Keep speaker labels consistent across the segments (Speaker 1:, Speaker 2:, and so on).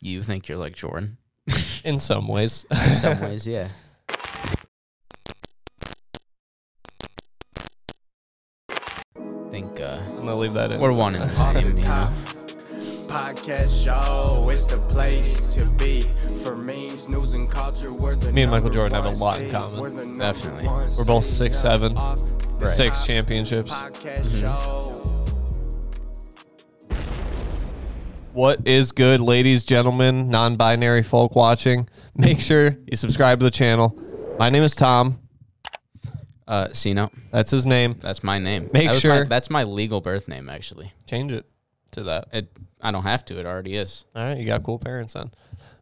Speaker 1: you think you're like Jordan.
Speaker 2: in some ways.
Speaker 1: In some ways, yeah. think uh,
Speaker 2: I'm gonna leave that in.
Speaker 1: we're one in the
Speaker 3: Off the
Speaker 1: same. You know?
Speaker 3: top. Podcast show is the place to be for memes, news, and culture. We're the
Speaker 2: Me and Michael
Speaker 3: number
Speaker 2: Jordan have a
Speaker 3: one
Speaker 2: lot in
Speaker 3: seed.
Speaker 2: common.
Speaker 3: We're the number
Speaker 1: Definitely.
Speaker 3: one
Speaker 2: We're both
Speaker 3: seed.
Speaker 2: 6'7",
Speaker 3: Off the
Speaker 1: Right.
Speaker 2: Six
Speaker 3: top.
Speaker 2: championships. Mm-hmm.
Speaker 3: Podcast show.
Speaker 2: What is good, ladies, gentlemen, non binary folk watching? Make sure you subscribe to the channel. My name is Tom.
Speaker 1: Uh, Cino,
Speaker 2: That's his name.
Speaker 1: that's my name.
Speaker 2: Make
Speaker 1: That was
Speaker 2: sure-
Speaker 1: my, that's my legal birth name actually.
Speaker 2: Change it to that.
Speaker 1: It I don't have to. It already is.
Speaker 2: All right, you got cool parents then.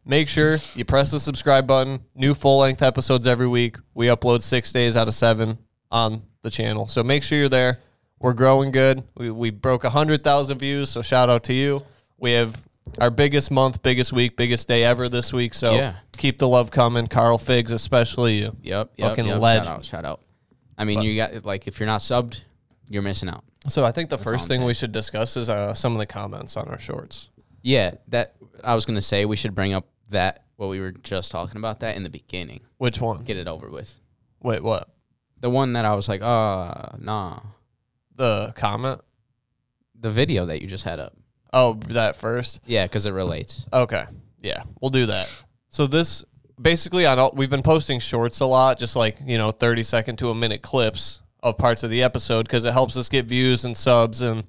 Speaker 2: Make sure you press the subscribe button. New full length episodes every week. We upload six days out of seven on the channel. So make sure you're there. We're growing good. We, we broke 100,000 views. So shout out to you. We have our biggest month, biggest week, biggest day ever this week. So
Speaker 1: Yeah.
Speaker 2: keep the love coming. Carl Figs, especially you.
Speaker 1: Yep. yep
Speaker 2: Fucking
Speaker 1: yep.
Speaker 2: legend.
Speaker 1: Shout out. Shout out. I mean, you got like if you're not subbed, you're missing out.
Speaker 2: So I think the
Speaker 1: all I'm
Speaker 2: first thing we should discuss is uh, some of the comments on our shorts.
Speaker 1: Yeah, that I was gonna say we should bring up that what we were just talking about that in the beginning.
Speaker 2: Which one?
Speaker 1: Get it over with.
Speaker 2: Wait, what?
Speaker 1: The one that I was like, uh nah.
Speaker 2: The comment?
Speaker 1: The video that you just had up.
Speaker 2: Oh, that first?
Speaker 1: Yeah, because it relates.
Speaker 2: Okay. Yeah, we'll do that. So this basically on all we've been posting shorts a lot, just like, you know, 30 second to a minute clips of parts of the episode cuz it helps us get views and subs and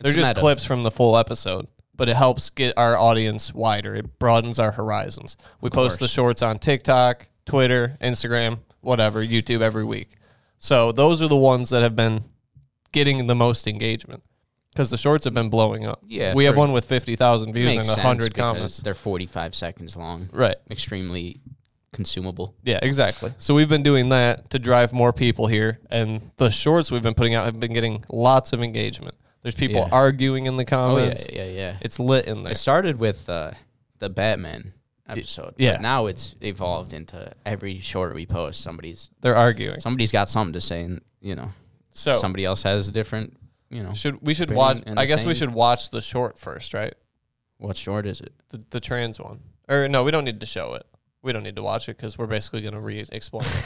Speaker 2: they're
Speaker 1: It's
Speaker 2: just
Speaker 1: meta.
Speaker 2: clips from the full episode, but it helps get our audience wider. It broadens our horizons. We post the shorts on TikTok, Twitter, Instagram, whatever, YouTube every week. So those are the ones that have been getting the most engagement cuz the shorts have been blowing up.
Speaker 1: Yeah,
Speaker 2: We have
Speaker 1: for-
Speaker 2: one with 50,000 views and
Speaker 1: Makes sense
Speaker 2: 100
Speaker 1: because
Speaker 2: comments.
Speaker 1: They're 45 seconds long.
Speaker 2: Right.
Speaker 1: Extremely consumable.
Speaker 2: Yeah, exactly. So we've been doing that to drive more people here, and the shorts we've been putting out have been getting lots of engagement. There's people
Speaker 1: Yeah.
Speaker 2: arguing in the
Speaker 1: Oh yeah,
Speaker 2: comments.
Speaker 1: yeah, yeah.
Speaker 2: It's lit in there.
Speaker 1: It started with uh, the Batman episode.
Speaker 2: yeah.
Speaker 1: But now it's evolved into every short we post, somebody's
Speaker 2: They're arguing.
Speaker 1: somebody's got something to say, and you know,
Speaker 2: So
Speaker 1: somebody else has a different, you know,
Speaker 2: should we should
Speaker 1: Been
Speaker 2: watch?
Speaker 1: in
Speaker 2: I
Speaker 1: the
Speaker 2: guess we
Speaker 1: same-
Speaker 2: should watch the short first, right?
Speaker 1: what short is it?
Speaker 2: The, the trans one, or no? We don't need to show it. We don't need to watch it because we're basically going to re-explain it.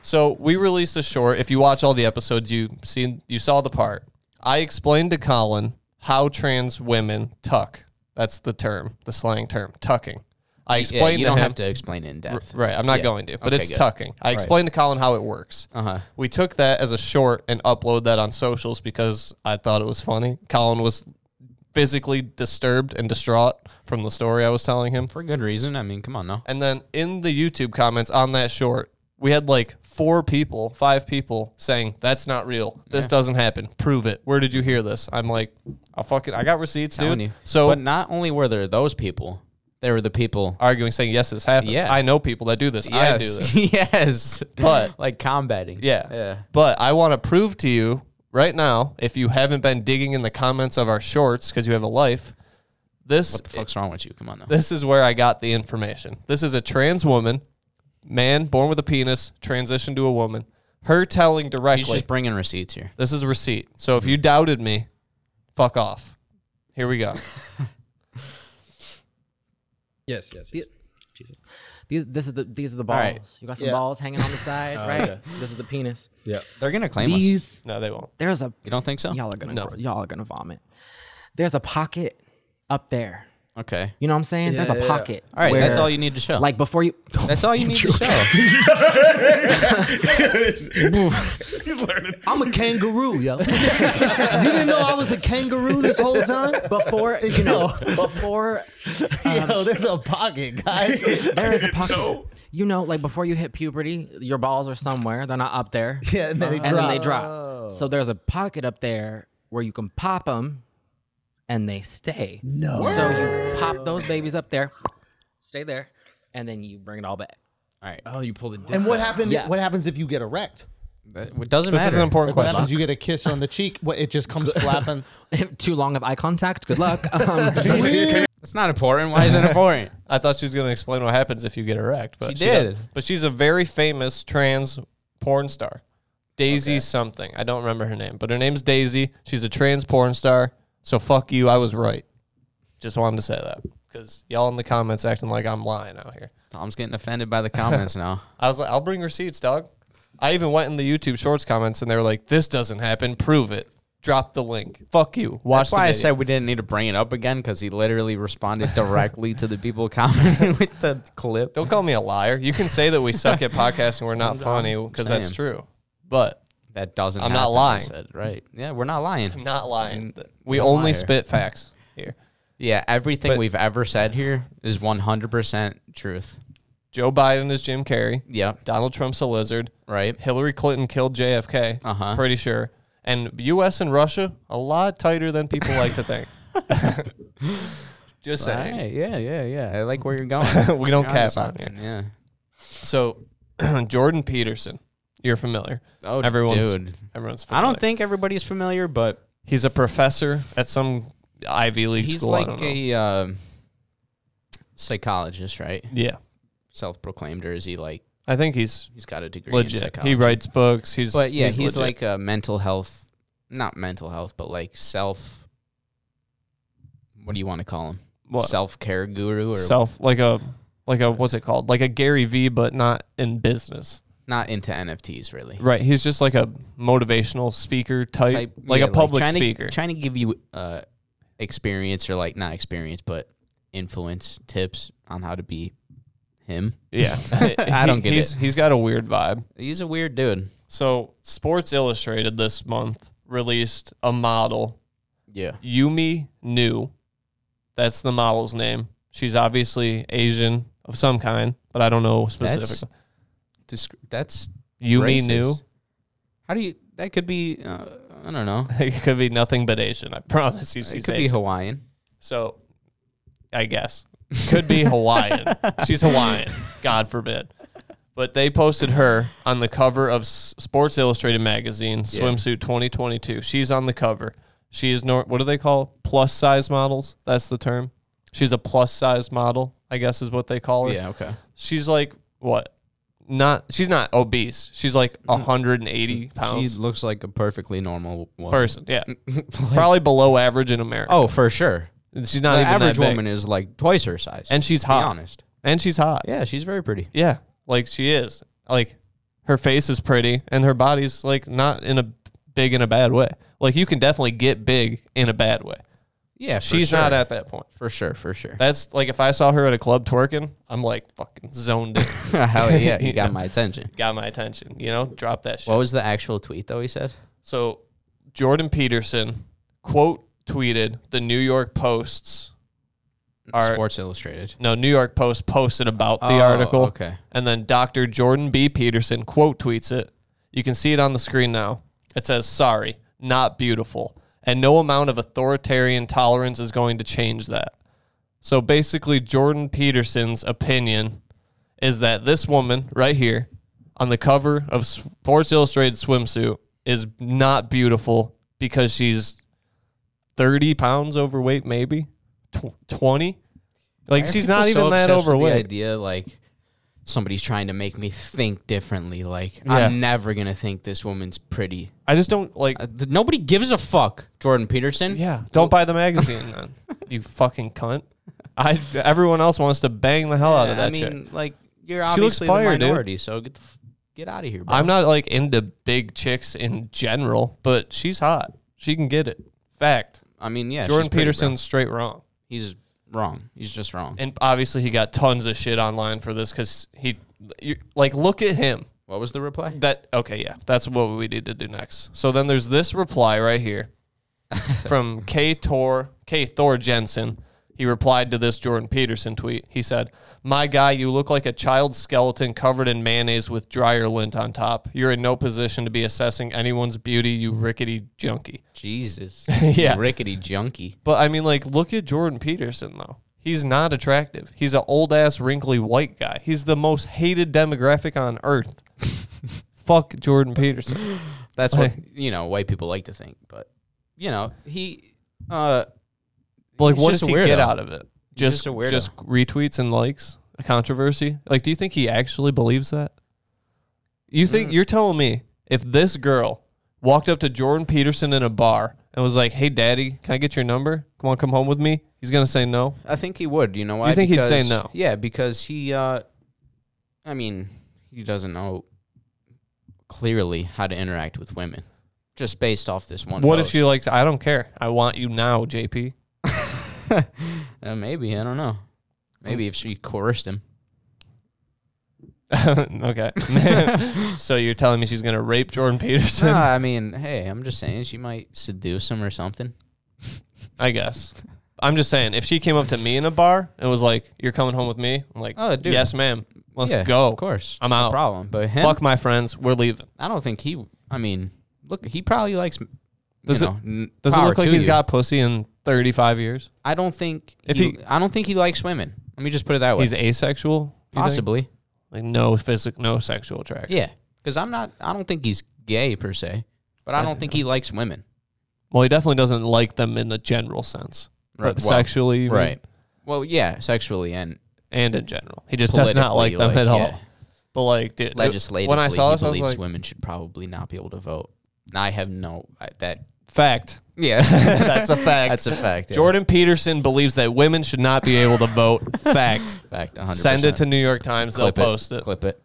Speaker 2: So we released a short. If you watch all the episodes, you seen you saw the part. I explained to Colin how trans women tuck. That's the term, the slang term, tucking. I
Speaker 1: Yeah,
Speaker 2: explained
Speaker 1: you
Speaker 2: to
Speaker 1: don't
Speaker 2: him.
Speaker 1: have to explain it in depth.
Speaker 2: Right, I'm not
Speaker 1: Yeah.
Speaker 2: going to, but
Speaker 1: Okay,
Speaker 2: it's
Speaker 1: good.
Speaker 2: tucking. I explained to Colin how it works.
Speaker 1: Uh huh.
Speaker 2: We took that as a short and upload that on socials because I thought it was funny. Colin was physically disturbed and distraught from the story I was telling him.
Speaker 1: For good reason. I mean, come on, now.
Speaker 2: And then in the YouTube comments on that short, we had like four people, five people saying, That's not real. This doesn't happen. Prove it. Where did you hear this? I'm like, I fucking I got receipts,
Speaker 1: Telling
Speaker 2: dude.
Speaker 1: you.
Speaker 2: So
Speaker 1: but not only were there those people, there were the people.
Speaker 2: arguing saying, Yes, this happens.
Speaker 1: Yeah.
Speaker 2: I know people that do this. I do this.
Speaker 1: yes.
Speaker 2: But-
Speaker 1: like combating.
Speaker 2: Yeah.
Speaker 1: Yeah.
Speaker 2: But I want to prove to you right now, if you haven't been digging in the comments of our shorts because you have a life, this
Speaker 1: What the fuck's wrong with you? Come on now.
Speaker 2: this is where I got the information. This is a trans woman, man born with a penis, transitioned to a woman. Her telling
Speaker 1: He's
Speaker 2: directly.
Speaker 1: just bringing receipts here.
Speaker 2: This is a receipt. So if you doubted me, fuck off. Here we go.
Speaker 4: Yes, yes, yes.
Speaker 5: The- Jesus. These this is the these are the balls.
Speaker 1: right. Oh,
Speaker 5: You got some balls hanging on the side, right? This is the penis.
Speaker 4: Yeah.
Speaker 1: They're gonna claim us.
Speaker 5: These
Speaker 2: No, they won't.
Speaker 5: there's a
Speaker 1: You don't think so?
Speaker 5: y'all are gonna y'all are gonna vomit. There's a pocket up there.
Speaker 1: Okay.
Speaker 5: You know what I'm saying? there's
Speaker 4: Yeah,
Speaker 5: a
Speaker 4: yeah, yeah.
Speaker 5: pocket.
Speaker 1: All right. that's
Speaker 5: where,
Speaker 1: all you need to show.
Speaker 5: Like before you
Speaker 1: that's all you need to show.
Speaker 6: I'm a kangaroo, yo. you didn't know I was a kangaroo this whole time?
Speaker 5: before you know before
Speaker 6: yo, there's a pocket, guys.
Speaker 5: there is a pocket. You know, like before you hit puberty, your balls are somewhere. They're not up there.
Speaker 6: Yeah, and then they
Speaker 5: and then they
Speaker 6: drop.
Speaker 5: drop. So there's a pocket up there where you can pop them, and they stay. No. So you pop those babies up there, stay there, and then you bring it all back.
Speaker 1: All right.
Speaker 4: Oh, you pulled it down.
Speaker 6: And what happened?
Speaker 5: Yeah.
Speaker 6: What happens if you get erect?
Speaker 1: That- It doesn't
Speaker 2: This
Speaker 1: matter.
Speaker 2: is an important
Speaker 6: What
Speaker 2: question.
Speaker 6: happens? You get a kiss on the cheek. What? It just comes flapping.
Speaker 5: Too long of eye contact. Good luck. Um,
Speaker 1: It's not important. Why is it important?
Speaker 2: I thought she was going to explain what happens if you get erect, but
Speaker 1: She
Speaker 2: don't.
Speaker 1: did.
Speaker 2: But she's a very famous trans porn star, Daisy something. I don't remember her name, but her name's Daisy. She's a trans porn star. So fuck you. I was right. Just wanted to say that because y'all in the comments acting like I'm lying out here.
Speaker 1: Tom's getting offended by the comments now.
Speaker 2: I was like, I'll bring receipts, dog. I even went in the YouTube Shorts comments and they were like, "This doesn't happen. Prove it. Drop the link. Fuck you. Watch."
Speaker 1: That's why I
Speaker 2: the video.
Speaker 1: said we didn't need to bring it up again because he literally responded directly to the people commenting with the clip.
Speaker 2: Don't call me a liar. You can say that we suck at podcasts and we're not funny because that's
Speaker 1: saying.
Speaker 2: true. But
Speaker 1: That doesn't.
Speaker 2: I'm not
Speaker 1: happen, I
Speaker 2: lying.
Speaker 1: said, right? Yeah, we're not lying.
Speaker 2: I'm not lying.
Speaker 1: Mm,
Speaker 2: We
Speaker 1: no
Speaker 2: only
Speaker 1: liar.
Speaker 2: spit facts here.
Speaker 1: Yeah, everything
Speaker 2: But-
Speaker 1: we've ever said here is 100% truth.
Speaker 2: Joe Biden is Jim Carrey.
Speaker 1: Yep.
Speaker 2: Donald Trump's a lizard.
Speaker 1: Right.
Speaker 2: Hillary Clinton killed JFK.
Speaker 1: Uh-huh.
Speaker 2: Pretty sure. And U.S. and Russia a lot tighter than people like to think. Just
Speaker 1: All
Speaker 2: saying.
Speaker 1: right. Yeah, yeah, yeah. I like where you're going.
Speaker 2: We don't
Speaker 1: You're onto
Speaker 2: cap on
Speaker 1: something, Yeah.
Speaker 2: So, Jordan Peterson, you're familiar.
Speaker 1: Oh,
Speaker 2: everyone's
Speaker 1: dude.
Speaker 2: everyone's.
Speaker 1: I
Speaker 2: Familiar.
Speaker 1: don't think everybody's familiar, but
Speaker 2: he's a professor at some Ivy League
Speaker 1: he's
Speaker 2: school. I
Speaker 1: like
Speaker 2: don't know.
Speaker 1: a uh, psychologist, right?
Speaker 2: yeah.
Speaker 1: Self-proclaimed, or is he like
Speaker 2: I think he's
Speaker 1: he's got a degree in
Speaker 2: legit.
Speaker 1: psychology?
Speaker 2: He writes books. He's
Speaker 1: But yeah, he's,
Speaker 2: legit.
Speaker 1: like a mental health, not mental health, but like self. What do you want to call him?
Speaker 2: What?
Speaker 1: Self care guru or
Speaker 2: self like a like a what's it called like a Gary V, but not in business.
Speaker 1: not into NFTs really?
Speaker 2: Right. He's just like a motivational speaker type,
Speaker 1: Type-
Speaker 2: like
Speaker 1: yeah,
Speaker 2: a public
Speaker 1: trying to-
Speaker 2: speaker.
Speaker 1: trying to give you uh, experience or like not experience, but influence tips on how to be him.
Speaker 2: yeah.
Speaker 1: I don't get
Speaker 2: he's,
Speaker 1: it.
Speaker 2: He's got a weird vibe.
Speaker 1: He's a weird dude.
Speaker 2: So Sports Illustrated this month released a model
Speaker 1: Yeah.
Speaker 2: Yumi Nu. That's the model's name. She's obviously Asian of some kind, but I don't know specifically.
Speaker 1: Disc- that's
Speaker 2: Yumi
Speaker 1: racist.
Speaker 2: Nu.
Speaker 1: How do you? That could be. Uh, I don't know.
Speaker 2: It could be nothing but Asian. I promise you.
Speaker 1: It
Speaker 2: She's
Speaker 1: could be
Speaker 2: Asian.
Speaker 1: Hawaiian.
Speaker 2: so, I guess could be Hawaiian. She's Hawaiian. God forbid. But they posted her on the cover of S- Sports Illustrated magazine, swimsuit 2022. She's on the cover. She is nor- what do they call plus size models? That's the term. She's a plus size model, I guess is what they call her.
Speaker 1: Yeah. Okay.
Speaker 2: She's like what? Not she's not obese. She's like
Speaker 1: Mm-hmm.
Speaker 2: 180
Speaker 1: She
Speaker 2: pounds
Speaker 1: looks like a perfectly normal woman.
Speaker 2: person. Yeah, probably below average in America.
Speaker 1: Oh, for sure.
Speaker 2: she's not
Speaker 1: the
Speaker 2: even
Speaker 1: average
Speaker 2: that big.
Speaker 1: woman is like twice her size.
Speaker 2: and she's
Speaker 1: to be
Speaker 2: hot.
Speaker 1: honest.
Speaker 2: And she's hot.
Speaker 1: Yeah, she's very pretty.
Speaker 2: Yeah, like she is. Like her face is pretty, and her body's like not in a big in a bad way. Like you can definitely get big in a bad way.
Speaker 1: Yeah, for
Speaker 2: she's
Speaker 1: sure.
Speaker 2: not at that point.
Speaker 1: for sure, for sure.
Speaker 2: That's like if I saw her at a club twerking, I'm like fucking zoned in.
Speaker 1: Hell yeah, you got my attention.
Speaker 2: Got my attention. You know, drop that shit.
Speaker 1: What was the actual tweet though? He said.
Speaker 2: So Jordan Peterson quote tweeted the New York Post's Our-
Speaker 1: Sports Illustrated.
Speaker 2: no New York Post posted about the
Speaker 1: Oh,
Speaker 2: article.
Speaker 1: okay.
Speaker 2: And then Dr. Jordan B. Peterson quote tweets it. You can see it on the screen now. It says, "Sorry, not beautiful." And no amount of authoritarian tolerance is going to change that. So basically Jordan Peterson's opinion is that this woman right here on the cover of Sports Illustrated swimsuit is not beautiful because she's 30 pounds overweight, maybe Tw- 20. Like,
Speaker 1: Why are
Speaker 2: she's
Speaker 1: people
Speaker 2: not
Speaker 1: so
Speaker 2: even that
Speaker 1: obsessed with the
Speaker 2: overweight.
Speaker 1: idea like somebody's trying to make me think differently. Like
Speaker 2: Yeah.
Speaker 1: I'm never gonna think this woman's pretty.
Speaker 2: I just don't like,
Speaker 1: Uh, th- nobody gives a fuck, Jordan Peterson. Uh,
Speaker 2: yeah, don't buy the magazine then, you fucking cunt. I, everyone else wants to bang the hell out of
Speaker 1: I
Speaker 2: that chick.
Speaker 1: mean, like you're
Speaker 2: She looks
Speaker 1: obviously
Speaker 2: fire, dude.
Speaker 1: the minority, so get the f- get out of here. Bro.
Speaker 2: I'm not like into big chicks in general, but she's hot. She can get it. Fact.
Speaker 1: I mean, yeah,
Speaker 2: Jordan
Speaker 1: she's pretty, bro.
Speaker 2: Peterson's straight wrong.
Speaker 1: he's wrong. He's just wrong.
Speaker 2: And obviously, he got tons of shit online for this because he, you, like, look at him.
Speaker 1: What was the reply?
Speaker 2: That okay, yeah, that's what we need to do next. So then there's this reply right here from K Tor K Thor Jensen. He replied to this Jordan Peterson tweet. He said, "My guy, you look like a child's skeleton covered in mayonnaise with dryer lint on top. You're in no position to be assessing anyone's beauty, you rickety junkie."
Speaker 1: Jesus.
Speaker 2: Yeah.
Speaker 1: Rickety junkie.
Speaker 2: But I mean, like, look at Jordan Peterson though. He's not attractive. He's an old ass, wrinkly white guy. He's the most hated demographic on earth. Fuck Jordan Peterson.
Speaker 1: That's what you know white people like to think, but you know he. uh
Speaker 2: But like,
Speaker 1: He's
Speaker 2: what
Speaker 1: just
Speaker 2: does
Speaker 1: a
Speaker 2: he
Speaker 1: weirdo.
Speaker 2: get out of it?
Speaker 1: He's
Speaker 2: Just
Speaker 1: just a weirdo.
Speaker 2: just retweets and likes a controversy. Like, do you think he actually believes that?
Speaker 1: Mm.
Speaker 2: You think you're telling me if this girl walked up to Jordan Peterson in a bar and was like, "Hey, daddy, can I get your number? Come on, come home with me." He's gonna say no.
Speaker 1: I think he would. You know why?
Speaker 2: You think he'd say
Speaker 1: Because-
Speaker 2: no?
Speaker 1: Yeah, because he. Uh, I mean, he doesn't know clearly how to interact with women, just based off this one.
Speaker 2: What if
Speaker 1: post.
Speaker 2: she likes? I don't care. I want you now, JP.
Speaker 1: Uh, maybe I don't know. Maybe if she coerced him.
Speaker 2: okay. so you're telling me she's gonna rape Jordan Peterson?
Speaker 1: No, I mean, hey, I'm just saying she might seduce him or something.
Speaker 2: I guess. I'm just saying, if she came up to me in a bar and was like, "You're coming home with me," I'm like,
Speaker 1: Oh, dude.
Speaker 2: yes, ma'am. Let's
Speaker 1: Yeah,
Speaker 2: go."
Speaker 1: Of course,
Speaker 2: I'm
Speaker 1: no
Speaker 2: out.
Speaker 1: problem, but him,
Speaker 2: Fuck my friends. We're leaving.
Speaker 1: I don't think he. I mean, look, he probably likes.
Speaker 2: Does
Speaker 1: you
Speaker 2: it-
Speaker 1: know, n-
Speaker 2: Does it
Speaker 1: power
Speaker 2: look like
Speaker 1: to
Speaker 2: he's
Speaker 1: you.
Speaker 2: got pussy in 35 years?
Speaker 1: I don't think
Speaker 2: If
Speaker 1: he,
Speaker 2: he-
Speaker 1: I don't think he likes women. Let me just put it that way.
Speaker 2: He's asexual. you think?
Speaker 1: Possibly,
Speaker 2: Like no physical, no sexual attraction.
Speaker 1: yeah. Because I'm not. I don't think he's gay per se, but I don't think he likes women.
Speaker 2: Well, he definitely doesn't like them in the general sense,
Speaker 1: Right,
Speaker 2: but
Speaker 1: well,
Speaker 2: sexually, you mean?
Speaker 1: Right. Well, yeah, sexually and
Speaker 2: and in general, he just does not like them
Speaker 1: Politically,
Speaker 2: at all.
Speaker 1: like, yeah.
Speaker 2: But like, dude,
Speaker 1: legislatively,
Speaker 2: when I saw
Speaker 1: he
Speaker 2: this, I was
Speaker 1: believes
Speaker 2: like,
Speaker 1: women should probably not be able to vote. I have no I, that.
Speaker 2: fact.
Speaker 1: Yeah,
Speaker 2: That's a fact.
Speaker 1: that's a fact. yeah.
Speaker 2: Jordan Peterson believes that women should not be able to vote. fact.
Speaker 1: fact. 100%.
Speaker 2: Send it to New York Times.
Speaker 1: clip
Speaker 2: they'll post it.
Speaker 1: Clip it.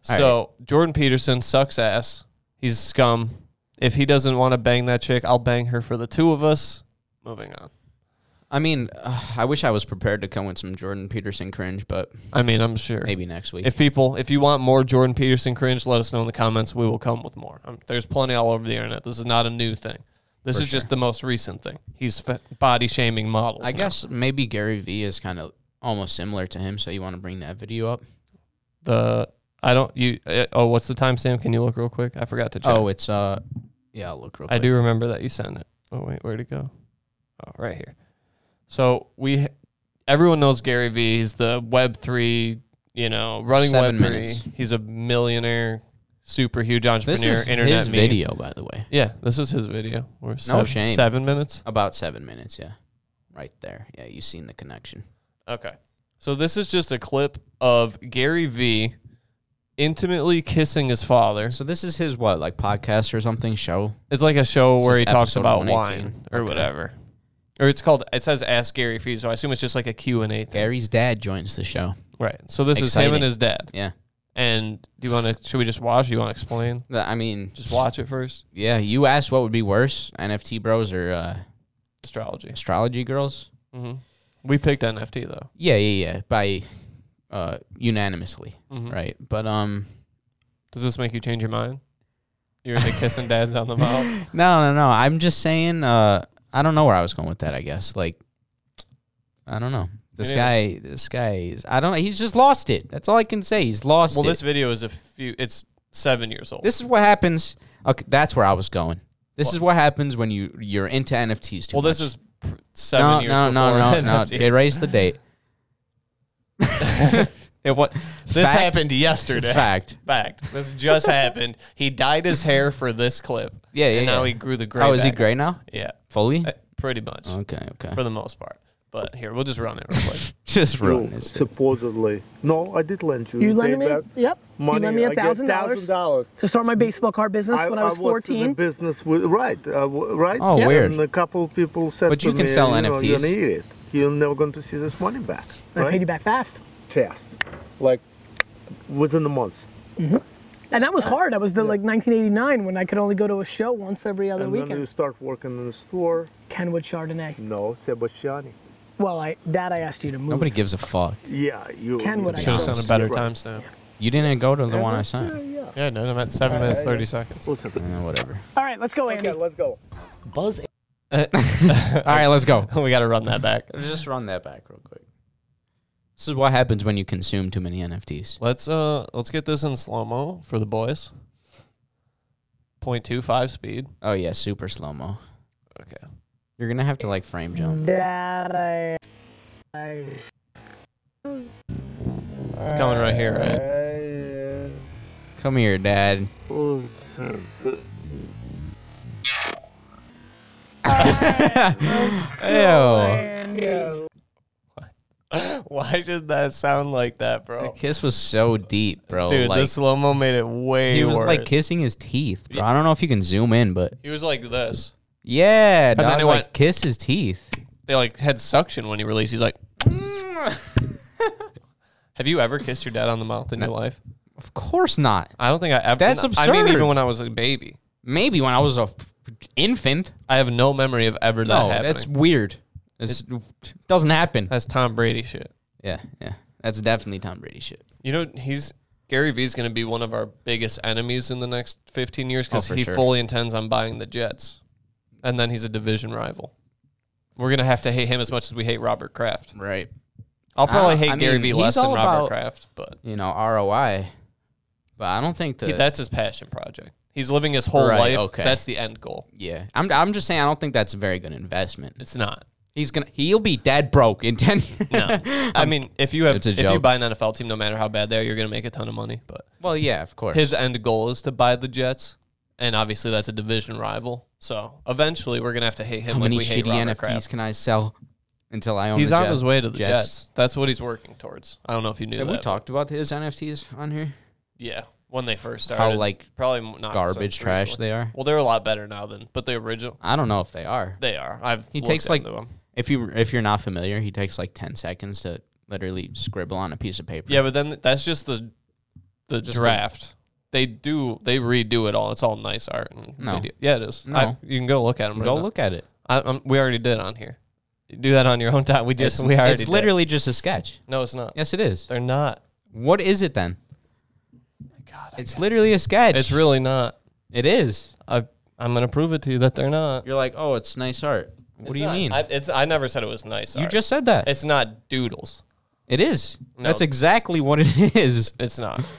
Speaker 2: So Jordan Peterson sucks ass. He's scum. If he doesn't want to bang that chick, I'll bang her for the two of us. Moving on.
Speaker 1: I mean, uh, I wish I was prepared to come with some Jordan Peterson cringe, but
Speaker 2: I mean, I'm sure.
Speaker 1: maybe next week.
Speaker 2: If people, if you want more Jordan Peterson cringe, let us know in the comments. We will come with more. Um, there's plenty all over the internet. This is not a new thing. This is just the most recent thing. He's fa- body shaming models.
Speaker 1: I
Speaker 2: now.
Speaker 1: guess maybe Gary Vee is kind of almost similar to him, so you want to bring that video up?
Speaker 2: the I don't you. Uh, oh, what's the timestamp? Can you look real quick? I forgot to check.
Speaker 1: Oh, it's uh, yeah, I'll look real. Quick.
Speaker 2: I do remember that you sent it. Oh wait, where'd it go? Oh, right here. So we, everyone knows Gary Vee. He's the Web three, you know, running
Speaker 1: Seven
Speaker 2: Web
Speaker 1: minutes.
Speaker 2: three. He's a millionaire, super huge entrepreneur.
Speaker 1: This is
Speaker 2: internet
Speaker 1: his
Speaker 2: meme.
Speaker 1: video, by the way.
Speaker 2: Yeah, this is his video. We're seven,
Speaker 1: shame.
Speaker 2: Seven minutes.
Speaker 1: About seven minutes, yeah, right there. Yeah, you seen the connection.
Speaker 2: Okay. So this is just a clip of Gary Vee intimately kissing his father.
Speaker 1: So this is his what, like podcast or something show?
Speaker 2: It's like a show
Speaker 1: This
Speaker 2: where
Speaker 1: is
Speaker 2: he talks
Speaker 1: episode
Speaker 2: about
Speaker 1: 118.
Speaker 2: wine or
Speaker 1: Okay.
Speaker 2: whatever. Or it's called it says Ask Gary Vee, so I assume it's just like a Q&A thing.
Speaker 1: Gary's dad joins the show.
Speaker 2: Right. So this is him
Speaker 1: Exciting.
Speaker 2: and his dad.
Speaker 1: Yeah,
Speaker 2: And do you want to should we just watch? Do you want to explain?
Speaker 1: Th- I mean,
Speaker 2: Just watch it first.
Speaker 1: yeah. You asked what would be worse, NFT bros or uh,
Speaker 2: Astrology.
Speaker 1: astrology girls?
Speaker 2: hmm We picked NFT though.
Speaker 1: Yeah, yeah, yeah. By uh, unanimously, right? But um,
Speaker 2: Does this make you change your mind? You're into kissing dads on the mouth.
Speaker 1: No, no, no. I'm just saying. Uh, I don't know where I was going with that. I guess like, I don't know. This
Speaker 2: Yeah.
Speaker 1: guy, this guy is. I don't know. He's just lost it. That's all I can say. He's lost
Speaker 2: Well,
Speaker 1: it.
Speaker 2: this video is a few it's 7 years old.
Speaker 1: This is what happens. Okay, that's where I was going. This is what happens when you you're into NFTs too
Speaker 2: well, this
Speaker 1: much.
Speaker 2: is pr- 7
Speaker 1: no,
Speaker 2: years
Speaker 1: no, no,
Speaker 2: before
Speaker 1: no, no,
Speaker 2: NFTs.
Speaker 1: Erase the date. it what?
Speaker 2: This
Speaker 1: fact,
Speaker 2: happened yesterday.
Speaker 1: Fact.
Speaker 2: Fact. This just happened. He dyed his hair for this clip.
Speaker 1: Yeah, yeah,
Speaker 2: And now
Speaker 1: yeah.
Speaker 2: he grew the gray.
Speaker 1: Oh, is he
Speaker 2: back.
Speaker 1: gray now?
Speaker 2: Yeah,
Speaker 1: Fully?
Speaker 2: eh, pretty much
Speaker 1: Okay, okay.
Speaker 2: for the most part. But here, we'll just run it real quick.
Speaker 1: Just ruin
Speaker 4: you,
Speaker 1: this. shit.
Speaker 4: supposedly. No, I did lend you.
Speaker 7: You
Speaker 4: paid
Speaker 7: lended me,
Speaker 4: back
Speaker 7: yep.
Speaker 4: Money.
Speaker 7: you lent me
Speaker 4: I
Speaker 7: a
Speaker 4: get
Speaker 7: thousand dollars
Speaker 4: $1,000.
Speaker 7: to start my baseball card business when I was
Speaker 4: in the
Speaker 7: fourteen.
Speaker 4: business with right, uh, w- right.
Speaker 1: Oh,
Speaker 7: Yeah.
Speaker 1: weird.
Speaker 4: And a couple of people said
Speaker 1: But
Speaker 4: to
Speaker 1: you can
Speaker 4: me,
Speaker 1: sell
Speaker 4: you Know, you're
Speaker 1: NFTs.
Speaker 4: an idiot. You're never going to see this money back.
Speaker 7: and I
Speaker 4: right?
Speaker 7: paid you back fast,
Speaker 4: fast, like within a month.
Speaker 7: and that was hard. That was the like 1989 when I could only go to a show once every other
Speaker 4: and then you
Speaker 7: weekend.
Speaker 4: start working in the store.
Speaker 7: Kenwood Chardonnay.
Speaker 4: No, Sebastiani.
Speaker 7: Well, I that I asked you to move.
Speaker 1: Nobody gives a fuck.
Speaker 4: Yeah, you.
Speaker 7: Ken would I
Speaker 2: Should have
Speaker 7: Sounds
Speaker 2: sent a better
Speaker 4: Right.
Speaker 2: timestamp.
Speaker 1: You didn't go to the one I
Speaker 4: Yeah,
Speaker 1: sent.
Speaker 4: yeah.
Speaker 2: Yeah, no, I'm at seven minutes thirty seconds.
Speaker 4: Listen.
Speaker 1: Eh, whatever.
Speaker 7: All right, let's go, Andy.
Speaker 4: Okay, let's go.
Speaker 1: All right, let's go.
Speaker 2: we got to run that back.
Speaker 1: Just run that back real quick. This is what happens when you consume too many NFTs.
Speaker 2: Let's uh, let's get this in slow mo for the boys. 0.25 speed.
Speaker 1: Oh yeah, super slow mo.
Speaker 2: Okay.
Speaker 1: You're gonna have to like frame jump.
Speaker 7: That I- I-
Speaker 2: It's coming right here, right?
Speaker 1: Come here, Dad. Ew.
Speaker 2: Why did that sound like that,
Speaker 1: The
Speaker 2: bro?
Speaker 1: kiss was so deep, bro.
Speaker 2: Dude,
Speaker 1: like,
Speaker 2: the slow mo made it way
Speaker 1: he was like
Speaker 2: worse.
Speaker 1: kissing his teeth, bro. I don't know if you can zoom in, but
Speaker 2: He was like this.
Speaker 8: Yeah,
Speaker 2: then
Speaker 8: dog
Speaker 2: it
Speaker 8: like
Speaker 2: went-
Speaker 8: kiss his teeth.
Speaker 2: They like had suction when he released. He's like, Have you ever kissed your dad on the mouth in your life?
Speaker 8: Of course not.
Speaker 2: I don't think I ever.
Speaker 8: That's
Speaker 2: I mean,
Speaker 8: absurd.
Speaker 2: even when I was a baby,
Speaker 1: Maybe when I was a f- infant.
Speaker 2: I have no memory of ever that
Speaker 1: No,
Speaker 2: happening.
Speaker 1: that's weird. It's, doesn't happen.
Speaker 2: That's Tom Brady shit.
Speaker 1: Yeah, yeah. That's definitely Tom Brady shit.
Speaker 2: You know, he's Gary Vee's going to be one of our biggest enemies in the next 15 years because
Speaker 1: Oh, for
Speaker 2: he
Speaker 1: sure.
Speaker 2: fully intends on buying the Jets, and then he's a division rival. We're going to have to hate him as much as we hate Robert Kraft.
Speaker 1: Right.
Speaker 2: I'll probably
Speaker 1: I-
Speaker 2: hate
Speaker 1: Uh, I
Speaker 2: Gary
Speaker 1: mean,
Speaker 2: Vee
Speaker 1: he's
Speaker 2: less than
Speaker 1: all
Speaker 2: Robert
Speaker 1: about-
Speaker 2: Kraft, but
Speaker 1: You know, ROI. But I don't think the
Speaker 2: he- that's his passion project. He's living his whole
Speaker 1: Right,
Speaker 2: life.
Speaker 1: okay.
Speaker 2: That's the end goal.
Speaker 1: Yeah. I'm I'm just saying I don't think that's a very good investment.
Speaker 2: It's not.
Speaker 1: He's going to he'll be dead broke in 10
Speaker 2: No. I mean, if you have
Speaker 1: It's a
Speaker 2: if you
Speaker 1: joke.
Speaker 2: buy an NFL team, no matter how bad they are, you're going to make a ton of money. But
Speaker 1: Well, yeah, of course.
Speaker 2: his end goal is to buy the Jets, and obviously that's a division rival. So eventually, we're going to have to hate him
Speaker 1: How
Speaker 2: like
Speaker 1: many
Speaker 2: we hate
Speaker 1: shitty
Speaker 2: Robert
Speaker 1: NFTs
Speaker 2: Kraft.
Speaker 1: can I sell until I own
Speaker 2: He's
Speaker 1: the
Speaker 2: on
Speaker 1: Jet-
Speaker 2: his way to the Jets. That's what he's working towards. I don't know if you knew
Speaker 1: Have
Speaker 2: that.
Speaker 1: we talked about his NFTs on here?
Speaker 2: Yeah, when they first started,
Speaker 1: How, like,
Speaker 2: probably m- not Oh, so
Speaker 1: garbage trash
Speaker 2: recently.
Speaker 1: they are?
Speaker 2: Well, they're a lot better now than, but the original
Speaker 1: I don't know if they are.
Speaker 2: they are. I've
Speaker 1: He
Speaker 2: looked
Speaker 1: takes like
Speaker 2: into them.
Speaker 1: if you if you're not familiar, he takes like 10 seconds to literally scribble on a piece of paper.
Speaker 2: Yeah, but then th- that's just the the
Speaker 1: Just the-
Speaker 2: draft. they do they redo it all. It's all nice art and
Speaker 1: No.
Speaker 2: video. Yeah, it is.
Speaker 1: No.
Speaker 2: I- you can go look at them.
Speaker 1: Go look at it.
Speaker 2: I, i we already did on here. Do that on your own time. We just
Speaker 1: It's,
Speaker 2: we already.
Speaker 1: it's
Speaker 2: did.
Speaker 1: literally just a sketch.
Speaker 2: no, it's not.
Speaker 1: Yes, it is.
Speaker 2: They're not.
Speaker 1: What is it then? it's literally a sketch.
Speaker 2: It's really not.
Speaker 1: It is.
Speaker 2: I I'm gonna prove it to you that they're not.
Speaker 1: You're like, oh, it's nice art. What do you mean?
Speaker 2: I, it's I never said it was nice.
Speaker 1: you
Speaker 2: art.
Speaker 1: just said that.
Speaker 2: it's not doodles.
Speaker 1: It is.
Speaker 2: No.
Speaker 1: That's exactly what it is.
Speaker 2: It's not.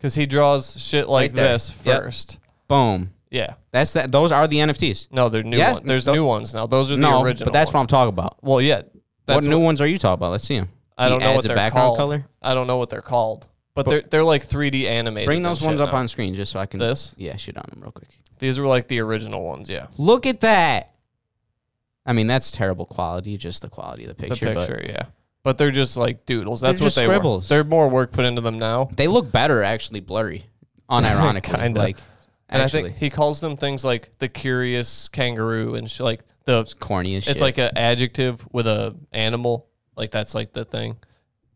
Speaker 2: Because he draws shit like
Speaker 1: Right there.
Speaker 2: this
Speaker 1: Yep.
Speaker 2: first.
Speaker 1: Boom.
Speaker 2: Yeah.
Speaker 1: That's that. Those are the NFTs.
Speaker 2: No, they're new.
Speaker 1: Yeah,
Speaker 2: ones. There's
Speaker 1: tho-
Speaker 2: new ones now. Those are the
Speaker 1: no,
Speaker 2: original.
Speaker 1: but that's what I'm
Speaker 2: ones.
Speaker 1: talking about.
Speaker 2: Well, yeah. That's
Speaker 1: what new ones are you talking about? Let's see them.
Speaker 2: I don't know what
Speaker 1: a
Speaker 2: they're
Speaker 1: background
Speaker 2: called.
Speaker 1: color.
Speaker 2: I don't know what they're called, but, they're they're like 3D animated.
Speaker 1: Bring
Speaker 2: and
Speaker 1: those
Speaker 2: shit
Speaker 1: ones up
Speaker 2: now.
Speaker 1: on screen just so I can.
Speaker 2: This?
Speaker 1: Yeah, shit on them real quick.
Speaker 2: These were like the original ones. Yeah,
Speaker 1: Look at that. I mean, that's terrible quality. Just the quality of the
Speaker 2: the
Speaker 1: picture.
Speaker 2: picture.
Speaker 1: But
Speaker 2: yeah, but they're just like doodles. That's
Speaker 1: They're
Speaker 2: what
Speaker 1: just
Speaker 2: they
Speaker 1: scribbles.
Speaker 2: were. They're more work put into them now,
Speaker 1: they look better actually blurry, unironically.
Speaker 2: Kinda.
Speaker 1: Like,
Speaker 2: and
Speaker 1: actually,
Speaker 2: I think he calls them things like the curious kangaroo and sh- like the.
Speaker 1: corny as shit.
Speaker 2: It's like an adjective with a animal. Like that's like the thing.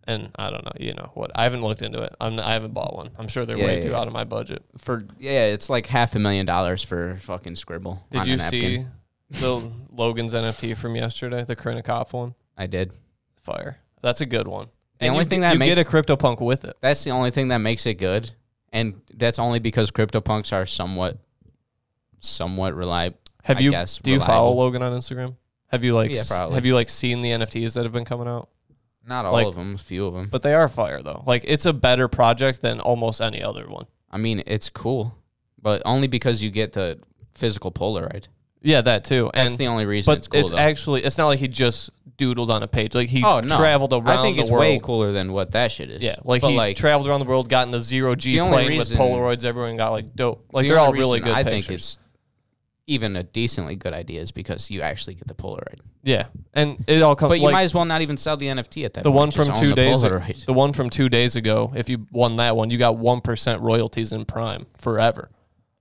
Speaker 2: And I don't know, you know what? I haven't looked into it. I'm, I haven't bought one. I'm sure they're
Speaker 1: Yeah,
Speaker 2: way
Speaker 1: yeah,
Speaker 2: too
Speaker 1: yeah.
Speaker 2: out of my budget.
Speaker 1: for yeah, it's like half a million dollars for fucking scribble.
Speaker 2: Did
Speaker 1: on
Speaker 2: you
Speaker 1: a napkin.
Speaker 2: see the Logan's NFT from yesterday? The Krennikov one.
Speaker 1: I did.
Speaker 2: Fire. That's a good one.
Speaker 1: The
Speaker 2: And
Speaker 1: only
Speaker 2: you
Speaker 1: thing
Speaker 2: get-
Speaker 1: that
Speaker 2: you get a
Speaker 1: makes-
Speaker 2: CryptoPunk with it.
Speaker 1: That's the only thing that makes it good, and that's only because CryptoPunks are somewhat, somewhat reliable.
Speaker 2: Have
Speaker 1: I
Speaker 2: you?
Speaker 1: guess,
Speaker 2: do you follow
Speaker 1: reliable.
Speaker 2: Logan on Instagram? Have you like?
Speaker 1: Yeah,
Speaker 2: s-
Speaker 1: probably.
Speaker 2: Have you like seen the NFTs that have been coming out?
Speaker 1: Not all
Speaker 2: like-
Speaker 1: of them, a few of them. But
Speaker 2: But they are fire though. Like it's a better project than almost any other one.
Speaker 1: I mean, it's cool, but only because you get the physical Polaroid.
Speaker 2: Yeah, that too. And
Speaker 1: That's the only reason
Speaker 2: but
Speaker 1: it's cool. though.
Speaker 2: actually it's not like he just doodled on a page. Like he
Speaker 1: oh no,
Speaker 2: traveled around
Speaker 1: I think
Speaker 2: the
Speaker 1: it's
Speaker 2: world.
Speaker 1: way cooler than what that shit is.
Speaker 2: Yeah, like
Speaker 1: but
Speaker 2: he
Speaker 1: like
Speaker 2: traveled around the world, got in a zero G
Speaker 1: The only
Speaker 2: plane with
Speaker 1: reason-
Speaker 2: Polaroids. Everyone got like dope. Like
Speaker 1: the
Speaker 2: they're
Speaker 1: only
Speaker 2: all really
Speaker 1: reason
Speaker 2: good.
Speaker 1: I
Speaker 2: pictures.
Speaker 1: think it's even a decently good idea is because you actually get the Polaroid.
Speaker 2: yeah, and it all comes.
Speaker 1: But you
Speaker 2: like,
Speaker 1: might as well not even sell the NFT at that.
Speaker 2: the
Speaker 1: point.
Speaker 2: one
Speaker 1: Just
Speaker 2: from
Speaker 1: own
Speaker 2: two
Speaker 1: the
Speaker 2: days
Speaker 1: Polaroid.
Speaker 2: the one from two days ago if you won that one you got 1% royalties in prime forever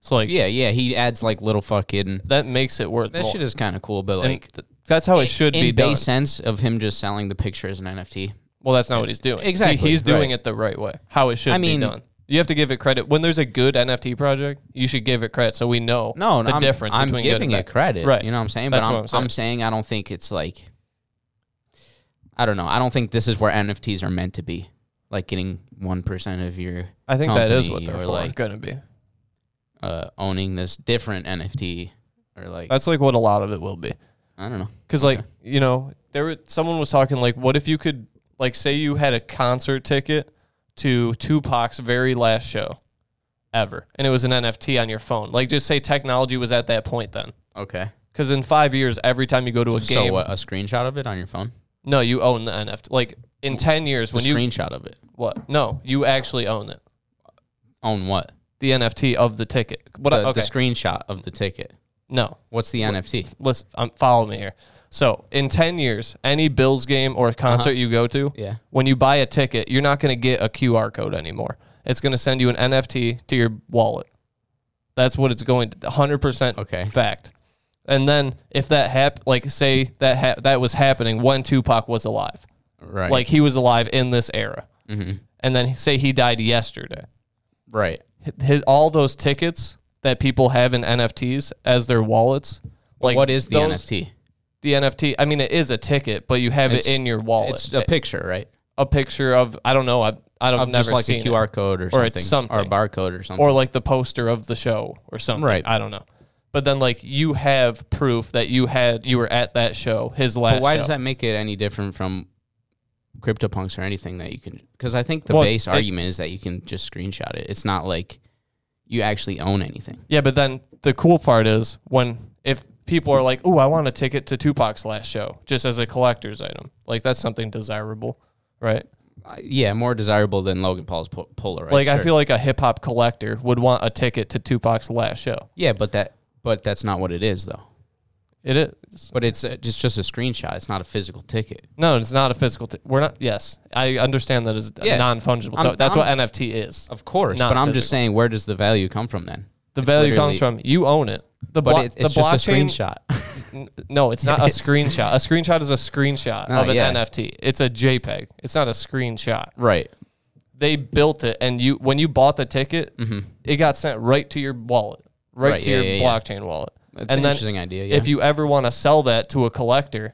Speaker 2: so like
Speaker 1: Yeah, yeah. He adds like little fucking.
Speaker 2: that makes it worth
Speaker 1: That
Speaker 2: more.
Speaker 1: shit is kind of cool, but
Speaker 2: And
Speaker 1: like
Speaker 2: th- that's how it should
Speaker 1: in
Speaker 2: be done
Speaker 1: base sense of him just selling the picture as an NFT.
Speaker 2: well that's not what he's doing He-
Speaker 1: Exactly,
Speaker 2: he's doing
Speaker 1: right.
Speaker 2: it the right way how it should
Speaker 1: I mean-
Speaker 2: be done you have to give it credit when there's a good nft project you should give it credit so we know
Speaker 1: No, no,
Speaker 2: the
Speaker 1: I'm,
Speaker 2: difference
Speaker 1: I'm
Speaker 2: between
Speaker 1: giving
Speaker 2: good
Speaker 1: it
Speaker 2: and bad.
Speaker 1: credit,
Speaker 2: right
Speaker 1: You know what I'm saying?
Speaker 2: That's
Speaker 1: but I'm,
Speaker 2: what I'm saying.
Speaker 1: I don't think it's like. I don't know. I don't think this is where NFTs are meant to be, like getting one percent of your.
Speaker 2: i think that is what
Speaker 1: company
Speaker 2: they're
Speaker 1: or
Speaker 2: for,
Speaker 1: like
Speaker 2: gonna be
Speaker 1: uh, owning this different NFT, or like
Speaker 2: that's like what a lot of it will be
Speaker 1: I don't know.
Speaker 2: Because like you know, there were, someone was talking like, what if you could like say you had a concert ticket to Tupac's very last show ever, and it was an NFT on your phone. Like just say technology was at that point then.
Speaker 1: Okay.
Speaker 2: Because in five years, every time you go to a game,
Speaker 1: So what? uh, A screenshot of it on your phone?
Speaker 2: no, you own the NFT. Like in ten years,
Speaker 1: A
Speaker 2: when you
Speaker 1: screenshot of it.
Speaker 2: what? No, you actually own it.
Speaker 1: Own what?
Speaker 2: The NFT of the ticket. What?
Speaker 1: The,
Speaker 2: I, okay.
Speaker 1: the screenshot of the ticket.
Speaker 2: no,
Speaker 1: What's the NFT?
Speaker 2: listen. Um, follow me here. So in ten years, any Bills game or concert you go to,
Speaker 1: Uh-huh. Yeah.
Speaker 2: when you buy a ticket, you're not going to get a QR code anymore. It's going to send you an NFT to your wallet. That's what it's going to 100%
Speaker 1: Okay.
Speaker 2: fact. And then if that hap like say that ha- that was happening when Tupac was alive.
Speaker 1: Right. Mm-hmm.
Speaker 2: Like he was alive in this era. And then say he died yesterday.
Speaker 1: right.
Speaker 2: His, all those tickets that people have in NFTs as their wallets. Like
Speaker 1: what is the
Speaker 2: those-
Speaker 1: NFT?
Speaker 2: The NFT. I mean, it is a ticket, but you have
Speaker 1: It's-
Speaker 2: it in your wallet.
Speaker 1: It's a picture, right?
Speaker 2: a picture of I don't know. I I don't
Speaker 1: Of
Speaker 2: never
Speaker 1: just like
Speaker 2: seen
Speaker 1: a
Speaker 2: it.
Speaker 1: QR code or,
Speaker 2: Or
Speaker 1: something,
Speaker 2: it's
Speaker 1: or a
Speaker 2: something.
Speaker 1: barcode or something.
Speaker 2: or like the poster of the show or something.
Speaker 1: Right.
Speaker 2: I don't know. But then like you have proof that you had you were at that show, his last.
Speaker 1: but why
Speaker 2: show.
Speaker 1: does that make it any different from CryptoPunks or anything that you can? Because I think the
Speaker 2: Well,
Speaker 1: base
Speaker 2: it-
Speaker 1: argument is that you can just screenshot it. It's not like you actually own anything.
Speaker 2: Yeah, but then the cool part is when if people are like, "Oh, I want a ticket to Tupac's last show," just as a collector's item. Like that's something desirable, right?
Speaker 1: Uh, yeah, more desirable than Logan Paul's po- Polaroid.
Speaker 2: like I
Speaker 1: sure.
Speaker 2: feel like a hip hop collector would want a ticket to Tupac's last show.
Speaker 1: Yeah, but that but that's not what it is though.
Speaker 2: It is
Speaker 1: But it's uh, it's just a screenshot. It's not a physical ticket.
Speaker 2: no, it's not a physical. T- we're not. Yes, I understand that is
Speaker 1: Yeah.
Speaker 2: non fungible.
Speaker 1: I'm-
Speaker 2: So that's what
Speaker 1: I'm-
Speaker 2: NFT is.
Speaker 1: Of course,
Speaker 2: Not
Speaker 1: but I'm just
Speaker 2: physical.
Speaker 1: saying, where does the value come from then?
Speaker 2: The
Speaker 1: It's
Speaker 2: value
Speaker 1: literally-
Speaker 2: comes from you own it. The,
Speaker 1: But
Speaker 2: blo-
Speaker 1: it-
Speaker 2: the
Speaker 1: it's just a
Speaker 2: blockchain-
Speaker 1: screenshot.
Speaker 2: N- No, it's not a screenshot. A screenshot is a screenshot
Speaker 1: No,
Speaker 2: of an
Speaker 1: Oh, yeah.
Speaker 2: NFT. It's a JPEG. It's not a screenshot.
Speaker 1: right.
Speaker 2: They built it, and you when you bought the ticket, it got sent right to your wallet, right,
Speaker 1: Mm-hmm. Right,
Speaker 2: to
Speaker 1: yeah,
Speaker 2: your
Speaker 1: yeah, yeah.
Speaker 2: blockchain wallet.
Speaker 1: That's an interesting idea, yeah.
Speaker 2: If you ever want to sell that to a collector,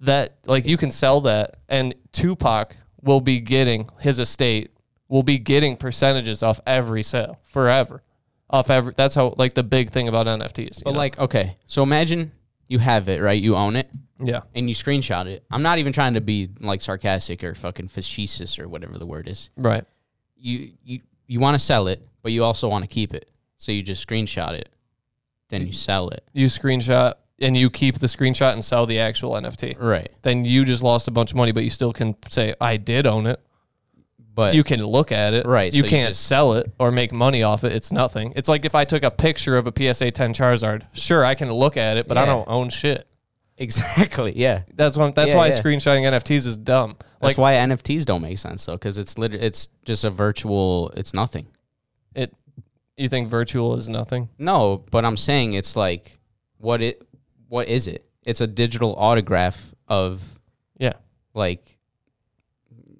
Speaker 2: that like you can sell that, and Tupac will be getting his estate will be getting percentages off every sale forever. Off every that's how like the big thing about NFTs. you
Speaker 1: But
Speaker 2: know?
Speaker 1: like, okay, so imagine you have it, right? You own it,
Speaker 2: yeah,
Speaker 1: and you screenshot it. I'm not even trying to be like sarcastic or fucking facetious or whatever the word is.
Speaker 2: right.
Speaker 1: You you you want to sell it, but you also want to keep it. So you just screenshot it, then you sell it.
Speaker 2: you screenshot and you keep the screenshot and sell the actual NFT.
Speaker 1: Right.
Speaker 2: Then you just lost a bunch of money, but you still can say I did own it.
Speaker 1: But
Speaker 2: You can look at it.
Speaker 1: Right,
Speaker 2: You
Speaker 1: so you
Speaker 2: can't
Speaker 1: just-
Speaker 2: sell it or make money off it. It's nothing. It's like if I took a picture of a PSA 10 Charizard. Sure, I can look at it, but I
Speaker 1: Yeah.
Speaker 2: don't own shit.
Speaker 1: exactly, yeah.
Speaker 2: That's why. That's
Speaker 1: Yeah,
Speaker 2: why
Speaker 1: yeah.
Speaker 2: screenshotting NFTs is dumb.
Speaker 1: That's
Speaker 2: Like
Speaker 1: why NFTs don't make sense though, because it's liter- it's just a virtual. It's nothing.
Speaker 2: it. You think virtual is nothing?
Speaker 1: No, but I'm saying it's like what it what is it? It's a digital autograph of
Speaker 2: Yeah.
Speaker 1: like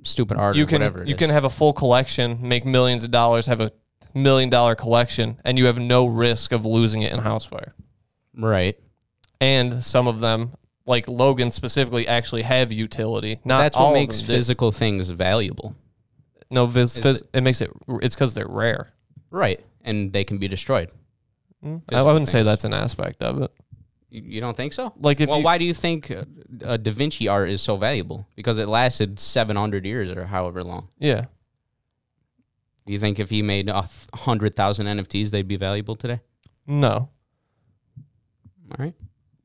Speaker 1: stupid art
Speaker 2: you
Speaker 1: or
Speaker 2: can
Speaker 1: whatever. it
Speaker 2: you
Speaker 1: is.
Speaker 2: can have a full collection, make millions of dollars, have a million dollar collection, and you have no risk of losing it in house fire.
Speaker 1: right.
Speaker 2: and some of them, like Logan specifically, actually have utility. Not
Speaker 1: That's
Speaker 2: all
Speaker 1: what
Speaker 2: of
Speaker 1: makes
Speaker 2: them do.
Speaker 1: physical things valuable.
Speaker 2: no vis,
Speaker 1: is
Speaker 2: phys- it makes it. It's because they're rare.
Speaker 1: Right, and they can be destroyed.
Speaker 2: I
Speaker 1: Physical
Speaker 2: wouldn't say
Speaker 1: things.
Speaker 2: that's an aspect of it.
Speaker 1: You, you don't think so?
Speaker 2: Like if
Speaker 1: well,
Speaker 2: you-
Speaker 1: why do you think uh, uh, Da Vinci art is so valuable? Because it lasted 700 years or however long.
Speaker 2: Yeah,
Speaker 1: Do you think if he made a hundred thousand NFTs, they'd be valuable today?
Speaker 2: no.
Speaker 1: All right.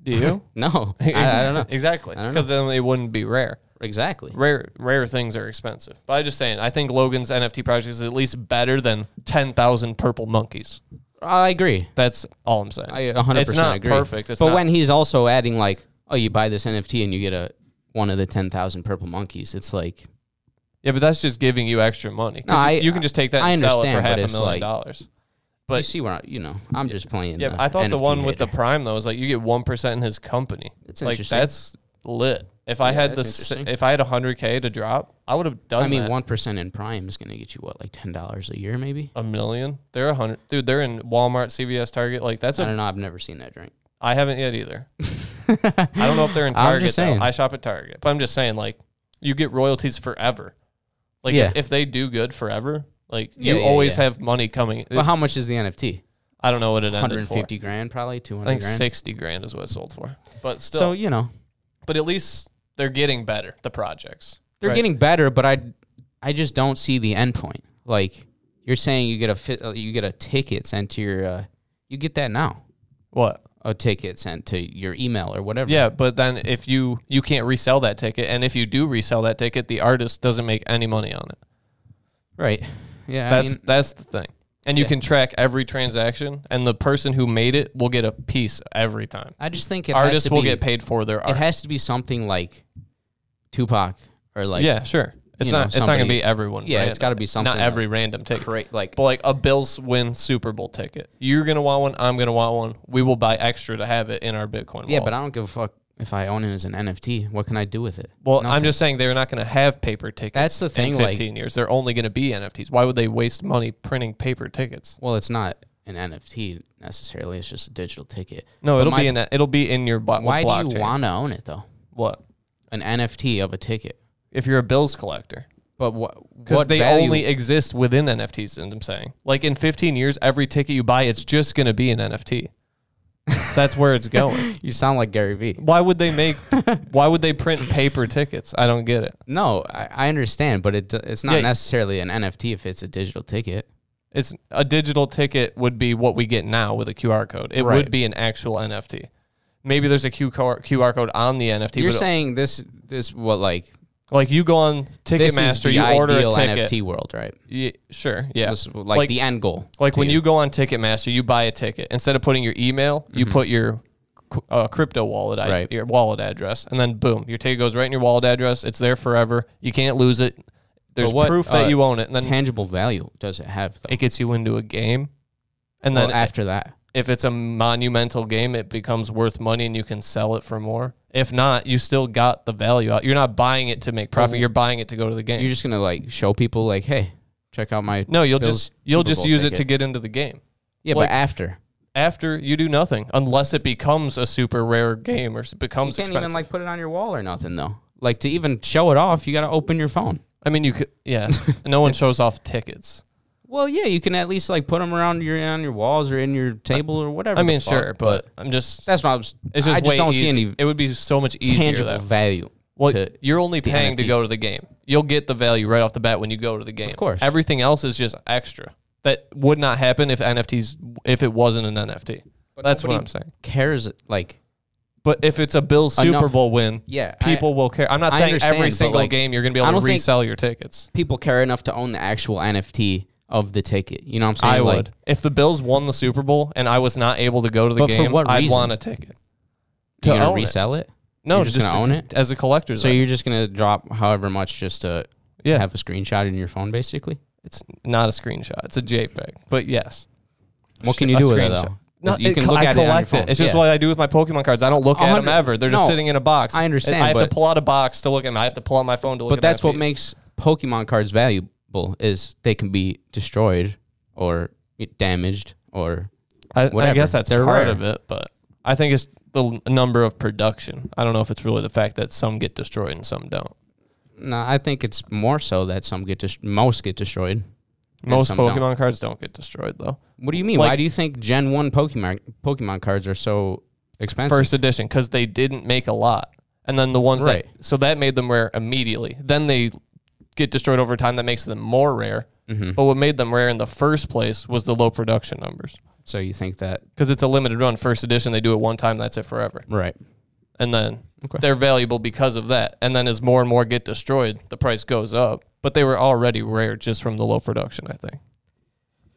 Speaker 2: Do you?
Speaker 1: No, I, I don't know
Speaker 2: exactly
Speaker 1: I don't
Speaker 2: because then they wouldn't be rare.
Speaker 1: exactly.
Speaker 2: Rare rare things are expensive. But I'm just saying, I think Logan's NFT project is at least better than ten thousand purple monkeys.
Speaker 1: I agree.
Speaker 2: That's all I'm saying.
Speaker 1: I 100
Speaker 2: It's not
Speaker 1: agree.
Speaker 2: perfect. It's
Speaker 1: but
Speaker 2: not-
Speaker 1: when he's also adding like, oh, you buy this NFT and you get a one of the 10,000 purple monkeys, it's like
Speaker 2: Yeah, but that's just giving you extra money. 'Cause
Speaker 1: No, I-
Speaker 2: you, you can just take that
Speaker 1: I
Speaker 2: and sell it for
Speaker 1: understand, but
Speaker 2: half a
Speaker 1: it's
Speaker 2: million
Speaker 1: like-
Speaker 2: dollars.
Speaker 1: you
Speaker 2: But
Speaker 1: see where I, you know, I'm just playing.
Speaker 2: Yeah,
Speaker 1: the
Speaker 2: I thought the
Speaker 1: NFT
Speaker 2: one with the
Speaker 1: hater.
Speaker 2: prime though was like you get one percent in his company.
Speaker 1: That's
Speaker 2: like
Speaker 1: interesting.
Speaker 2: that's lit. If I had
Speaker 1: that's
Speaker 2: this,
Speaker 1: interesting.
Speaker 2: if I had hundred k to drop, I would have done.
Speaker 1: I mean,
Speaker 2: that.
Speaker 1: one percent in Prime is going to get you what, like ten dollars a year, maybe.
Speaker 2: a million. They're a hundred, dude. They're in Walmart, CVS, Target. Like that's
Speaker 1: I don't
Speaker 2: a.
Speaker 1: know. I've never seen that drink.
Speaker 2: I haven't yet either. I don't know if they're in
Speaker 1: I'm
Speaker 2: Target
Speaker 1: just
Speaker 2: though.
Speaker 1: saying.
Speaker 2: I shop at Target, but I'm just saying like you get royalties forever. Like
Speaker 1: Yeah.
Speaker 2: if, if they do good forever, like
Speaker 1: Yeah,
Speaker 2: you
Speaker 1: yeah,
Speaker 2: always
Speaker 1: yeah.
Speaker 2: have money coming.
Speaker 1: But how much is the NFT?
Speaker 2: I don't know what it
Speaker 1: One hundred
Speaker 2: ended
Speaker 1: and
Speaker 2: for.
Speaker 1: fifty grand, probably two
Speaker 2: I
Speaker 1: hundred
Speaker 2: think
Speaker 1: grand.
Speaker 2: sixty grand is what it sold for. But still,
Speaker 1: so you know,
Speaker 2: but at least they're getting better. The projects.
Speaker 1: they're
Speaker 2: Right.
Speaker 1: getting better, but I, I just don't see the end point. Like you're saying, you get a fit, uh, you get a ticket sent to your, uh, you get that now,
Speaker 2: What?
Speaker 1: a ticket sent to your email or whatever.
Speaker 2: Yeah, but then if you you can't resell that ticket, and if you do resell that ticket, the artist doesn't make any money on it.
Speaker 1: right. Yeah,
Speaker 2: That's
Speaker 1: I mean,
Speaker 2: that's the thing. And you
Speaker 1: Yeah.
Speaker 2: can track every transaction, and the person who made it will get a piece every time.
Speaker 1: I just think it has
Speaker 2: Artists
Speaker 1: to
Speaker 2: will
Speaker 1: be,
Speaker 2: get paid for their
Speaker 1: It
Speaker 2: art.
Speaker 1: has to be something like Tupac or like
Speaker 2: yeah, sure. It's
Speaker 1: you
Speaker 2: not.
Speaker 1: know,
Speaker 2: it's not going to
Speaker 1: somebody-
Speaker 2: be everyone.
Speaker 1: Yeah, it's
Speaker 2: random.
Speaker 1: gotta be something
Speaker 2: Not every random ticket.
Speaker 1: cra- like-
Speaker 2: but like a Bills win Super Bowl ticket. You're going to want one. I'm going to want one. We will buy extra to have it in our Bitcoin.
Speaker 1: Yeah,
Speaker 2: wallet.
Speaker 1: but I don't give a fuck if I own it as an NFT. What can I do with it?
Speaker 2: Well, I'm
Speaker 1: Nothing.
Speaker 2: just saying they're not going to have paper tickets.
Speaker 1: That's the thing,
Speaker 2: In
Speaker 1: like-
Speaker 2: 15 years, they're only going to be NFTs. Why would they waste money printing paper tickets?
Speaker 1: Well, it's not an NFT necessarily. It's just a digital ticket.
Speaker 2: No,
Speaker 1: But
Speaker 2: it'll
Speaker 1: my-
Speaker 2: be in. A, it'll be in your blo-
Speaker 1: Why
Speaker 2: blockchain.
Speaker 1: do you want to own it though?
Speaker 2: what
Speaker 1: An NFT of a ticket.
Speaker 2: if you're a Bills collector?
Speaker 1: But what?
Speaker 2: Because
Speaker 1: What
Speaker 2: they
Speaker 1: value-
Speaker 2: only exist within NFTs. And I'm saying, like in 15 years, every ticket you buy, it's just going to be an NFT. That's where it's going.
Speaker 1: You sound like Gary Vee.
Speaker 2: Why would they make? Why would they print paper tickets? I don't get it.
Speaker 1: No, I, I understand, but it, it's not
Speaker 2: Yeah.
Speaker 1: necessarily an NFT if it's a digital ticket.
Speaker 2: It's a digital ticket would be what we get now with a QR code. It would
Speaker 1: Right.
Speaker 2: be an actual NFT. Maybe there's a QR QR code on the NFT.
Speaker 1: You're
Speaker 2: but uh,
Speaker 1: saying this this what like
Speaker 2: like you go on
Speaker 1: this is
Speaker 2: Ticketmaster,
Speaker 1: the
Speaker 2: you order a
Speaker 1: ideal
Speaker 2: ticket.
Speaker 1: NFT world, right?
Speaker 2: Ye- sure, yeah.
Speaker 1: This, like, the end goal.
Speaker 2: Like
Speaker 1: to
Speaker 2: when
Speaker 1: it.
Speaker 2: you go on Ticketmaster, you buy a ticket. Instead of putting your email, you put your c- uh, crypto wallet, I-
Speaker 1: Mm-hmm. Right.
Speaker 2: your wallet address, and then boom, your ticket goes right in your wallet address. It's there forever. You can't lose it. There's
Speaker 1: But what,
Speaker 2: proof that
Speaker 1: uh,
Speaker 2: you own it, and then
Speaker 1: tangible value does it have? Though?
Speaker 2: it gets you into a game. And
Speaker 1: well,
Speaker 2: then
Speaker 1: after that,
Speaker 2: if it's a monumental game, it becomes worth money, and you can sell it for more. If not, you still got the value out. You're not buying it to make profit. You're buying it to go to the game.
Speaker 1: you're just gonna like show people like, hey, check out my
Speaker 2: no, you'll
Speaker 1: Bills
Speaker 2: just you'll
Speaker 1: Super
Speaker 2: just
Speaker 1: Bowl
Speaker 2: use it
Speaker 1: ticket.
Speaker 2: to get into the game.
Speaker 1: yeah,
Speaker 2: like-
Speaker 1: but after
Speaker 2: after you do nothing unless it becomes a super rare game or s-
Speaker 1: you
Speaker 2: becomes
Speaker 1: can't
Speaker 2: expensive.
Speaker 1: even like put it on your wall or nothing though. Like to even show it off, you gotta open your phone.
Speaker 2: I mean, you could, yeah. no one shows off tickets.
Speaker 1: Well, yeah, you can at least like put them around your on your walls or in your table or whatever.
Speaker 2: I
Speaker 1: the
Speaker 2: mean,
Speaker 1: fuck,
Speaker 2: sure, but I'm just.
Speaker 1: that's what I was.
Speaker 2: It's just
Speaker 1: I just
Speaker 2: way
Speaker 1: don't see
Speaker 2: easy-
Speaker 1: any
Speaker 2: It would be so much easier
Speaker 1: tangible
Speaker 2: that way.
Speaker 1: value.
Speaker 2: Well,
Speaker 1: to-
Speaker 2: you're only
Speaker 1: the
Speaker 2: paying to go
Speaker 1: NFTs.
Speaker 2: to the game. You'll get the value right off the bat when you go to the game. Of
Speaker 1: course.
Speaker 2: everything else is just extra. That would not happen if NFTs if it wasn't an NFT. That's what
Speaker 1: nobody
Speaker 2: I'm saying.
Speaker 1: cares like
Speaker 2: But if it's a Bills Super
Speaker 1: Enough-
Speaker 2: Bowl win,
Speaker 1: Yeah, I-
Speaker 2: people will care. I'm not
Speaker 1: I
Speaker 2: saying every
Speaker 1: understand, but,
Speaker 2: single
Speaker 1: like,
Speaker 2: game you're going to be
Speaker 1: I
Speaker 2: able
Speaker 1: don't
Speaker 2: to
Speaker 1: think-
Speaker 2: resell your tickets.
Speaker 1: people care enough to own the actual NFT of the ticket. You know what I'm saying?
Speaker 2: I
Speaker 1: Like,
Speaker 2: would. If the Bills won the Super Bowl and I was not able to go to the
Speaker 1: But for
Speaker 2: game,
Speaker 1: what
Speaker 2: I'd
Speaker 1: reason?
Speaker 2: want a ticket.
Speaker 1: you
Speaker 2: to
Speaker 1: gonna
Speaker 2: own it.
Speaker 1: resell it?
Speaker 2: No,
Speaker 1: You're just gonna own it?
Speaker 2: as a collector's.
Speaker 1: So
Speaker 2: item.
Speaker 1: you're just gonna drop however much just to
Speaker 2: Yeah.
Speaker 1: have a screenshot in your phone, basically.
Speaker 2: it's not a screenshot; it's a JPEG. But yes,
Speaker 1: What
Speaker 2: Sh-
Speaker 1: can you
Speaker 2: a
Speaker 1: do with it
Speaker 2: screenshot.
Speaker 1: though?
Speaker 2: No,
Speaker 1: you
Speaker 2: it
Speaker 1: can
Speaker 2: co-
Speaker 1: look
Speaker 2: I
Speaker 1: at it on your
Speaker 2: collect
Speaker 1: phone.
Speaker 2: It's just
Speaker 1: Yeah.
Speaker 2: what I do with my Pokemon cards. I don't look at them
Speaker 1: 100
Speaker 2: ever. They're just
Speaker 1: no,
Speaker 2: sitting in a box.
Speaker 1: I understand,
Speaker 2: I have to
Speaker 1: but-
Speaker 2: pull out a box to look at them. I have to pull out my phone to look.
Speaker 1: But
Speaker 2: at
Speaker 1: that's what
Speaker 2: NFTs.
Speaker 1: makes Pokemon cards valuable is they can be destroyed or damaged or
Speaker 2: I, I
Speaker 1: whatever.
Speaker 2: guess that's
Speaker 1: They're
Speaker 2: part
Speaker 1: rare.
Speaker 2: of it, but I think it's the l- number of production. I don't know if it's really the fact that some get destroyed and some don't.
Speaker 1: no, I think it's more so that some get dis- most get destroyed. and
Speaker 2: Most
Speaker 1: some don't.
Speaker 2: Pokemon cards don't get destroyed though.
Speaker 1: What do you mean?
Speaker 2: Like-
Speaker 1: Why do you think Gen One Pokemon Pokemon cards are so expensive?
Speaker 2: first edition because they didn't make a lot, and then the ones
Speaker 1: Right.
Speaker 2: that so that made them rare immediately. Then they get destroyed over time. That makes them more rare.
Speaker 1: Mm-hmm.
Speaker 2: But what made them rare in the first place was the low production numbers
Speaker 1: so you think that
Speaker 2: because it's a limited run first edition. They do it one time. That's it forever.
Speaker 1: right?
Speaker 2: And then
Speaker 1: Okay.
Speaker 2: they're valuable because of that. And then as more and more get destroyed, the price goes up. But they were already rare just from the low production. I think.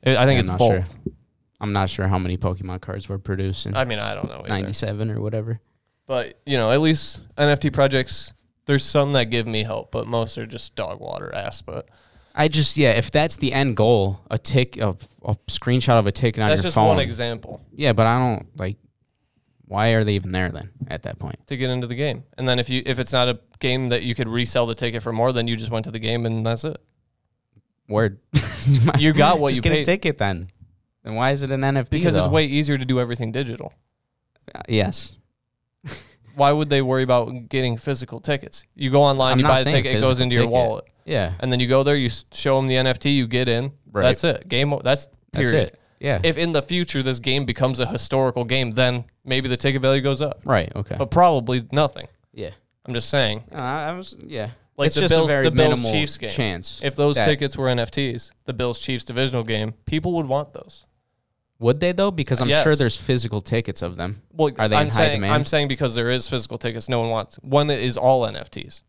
Speaker 2: It, I think
Speaker 1: Yeah,
Speaker 2: it's
Speaker 1: I'm not
Speaker 2: both.
Speaker 1: sure. I'm not sure how many Pokemon cards were produced in
Speaker 2: I mean, I don't know. Either.
Speaker 1: '97 or whatever.
Speaker 2: But you know, at least NFT projects, there's some that give me hope, but most are just dog water ass. But
Speaker 1: I just yeah, if that's the end goal, a tick a, a screenshot of a ticket on
Speaker 2: that's
Speaker 1: your
Speaker 2: just
Speaker 1: phone.
Speaker 2: one example
Speaker 1: Yeah, but I don't like. Why are they even there then? At that point,
Speaker 2: to get into the game. And then if you if it's not a game that you could resell the ticket for more, then you just went to the game and that's it.
Speaker 1: word.
Speaker 2: You got what
Speaker 1: Just
Speaker 2: you
Speaker 1: get
Speaker 2: paid.
Speaker 1: a ticket then. Then why is it an NFT?
Speaker 2: Because it's
Speaker 1: though?
Speaker 2: way easier to do everything digital.
Speaker 1: Uh, yes.
Speaker 2: Why would they worry about getting physical tickets? You go online,
Speaker 1: I'm
Speaker 2: you
Speaker 1: not
Speaker 2: buy the
Speaker 1: saying
Speaker 2: ticket, it goes
Speaker 1: physical
Speaker 2: into your
Speaker 1: ticket.
Speaker 2: wallet,
Speaker 1: Yeah.
Speaker 2: and then you go there, you s- show them the NFT, you get in.
Speaker 1: Right.
Speaker 2: That's it. Game. o- That's
Speaker 1: That's
Speaker 2: period.
Speaker 1: it. Yeah.
Speaker 2: If in the future this game becomes a historical game, then maybe the ticket value goes up.
Speaker 1: right. Okay.
Speaker 2: but probably nothing.
Speaker 1: yeah.
Speaker 2: I'm just saying.
Speaker 1: Uh, I was yeah.
Speaker 2: Like
Speaker 1: it's
Speaker 2: the
Speaker 1: just
Speaker 2: Bills,
Speaker 1: a very
Speaker 2: the Bills
Speaker 1: minimal
Speaker 2: Chiefs game.
Speaker 1: chance.
Speaker 2: If those
Speaker 1: that-
Speaker 2: tickets were NFTs, the Bills Chiefs divisional game, people would want those.
Speaker 1: would they though? Because I'm sure
Speaker 2: Yes.
Speaker 1: there's physical tickets of them.
Speaker 2: Well,
Speaker 1: are they
Speaker 2: I'm
Speaker 1: in high
Speaker 2: saying
Speaker 1: demand?
Speaker 2: I'm saying because there is physical tickets, no one wants one that is all NFTs.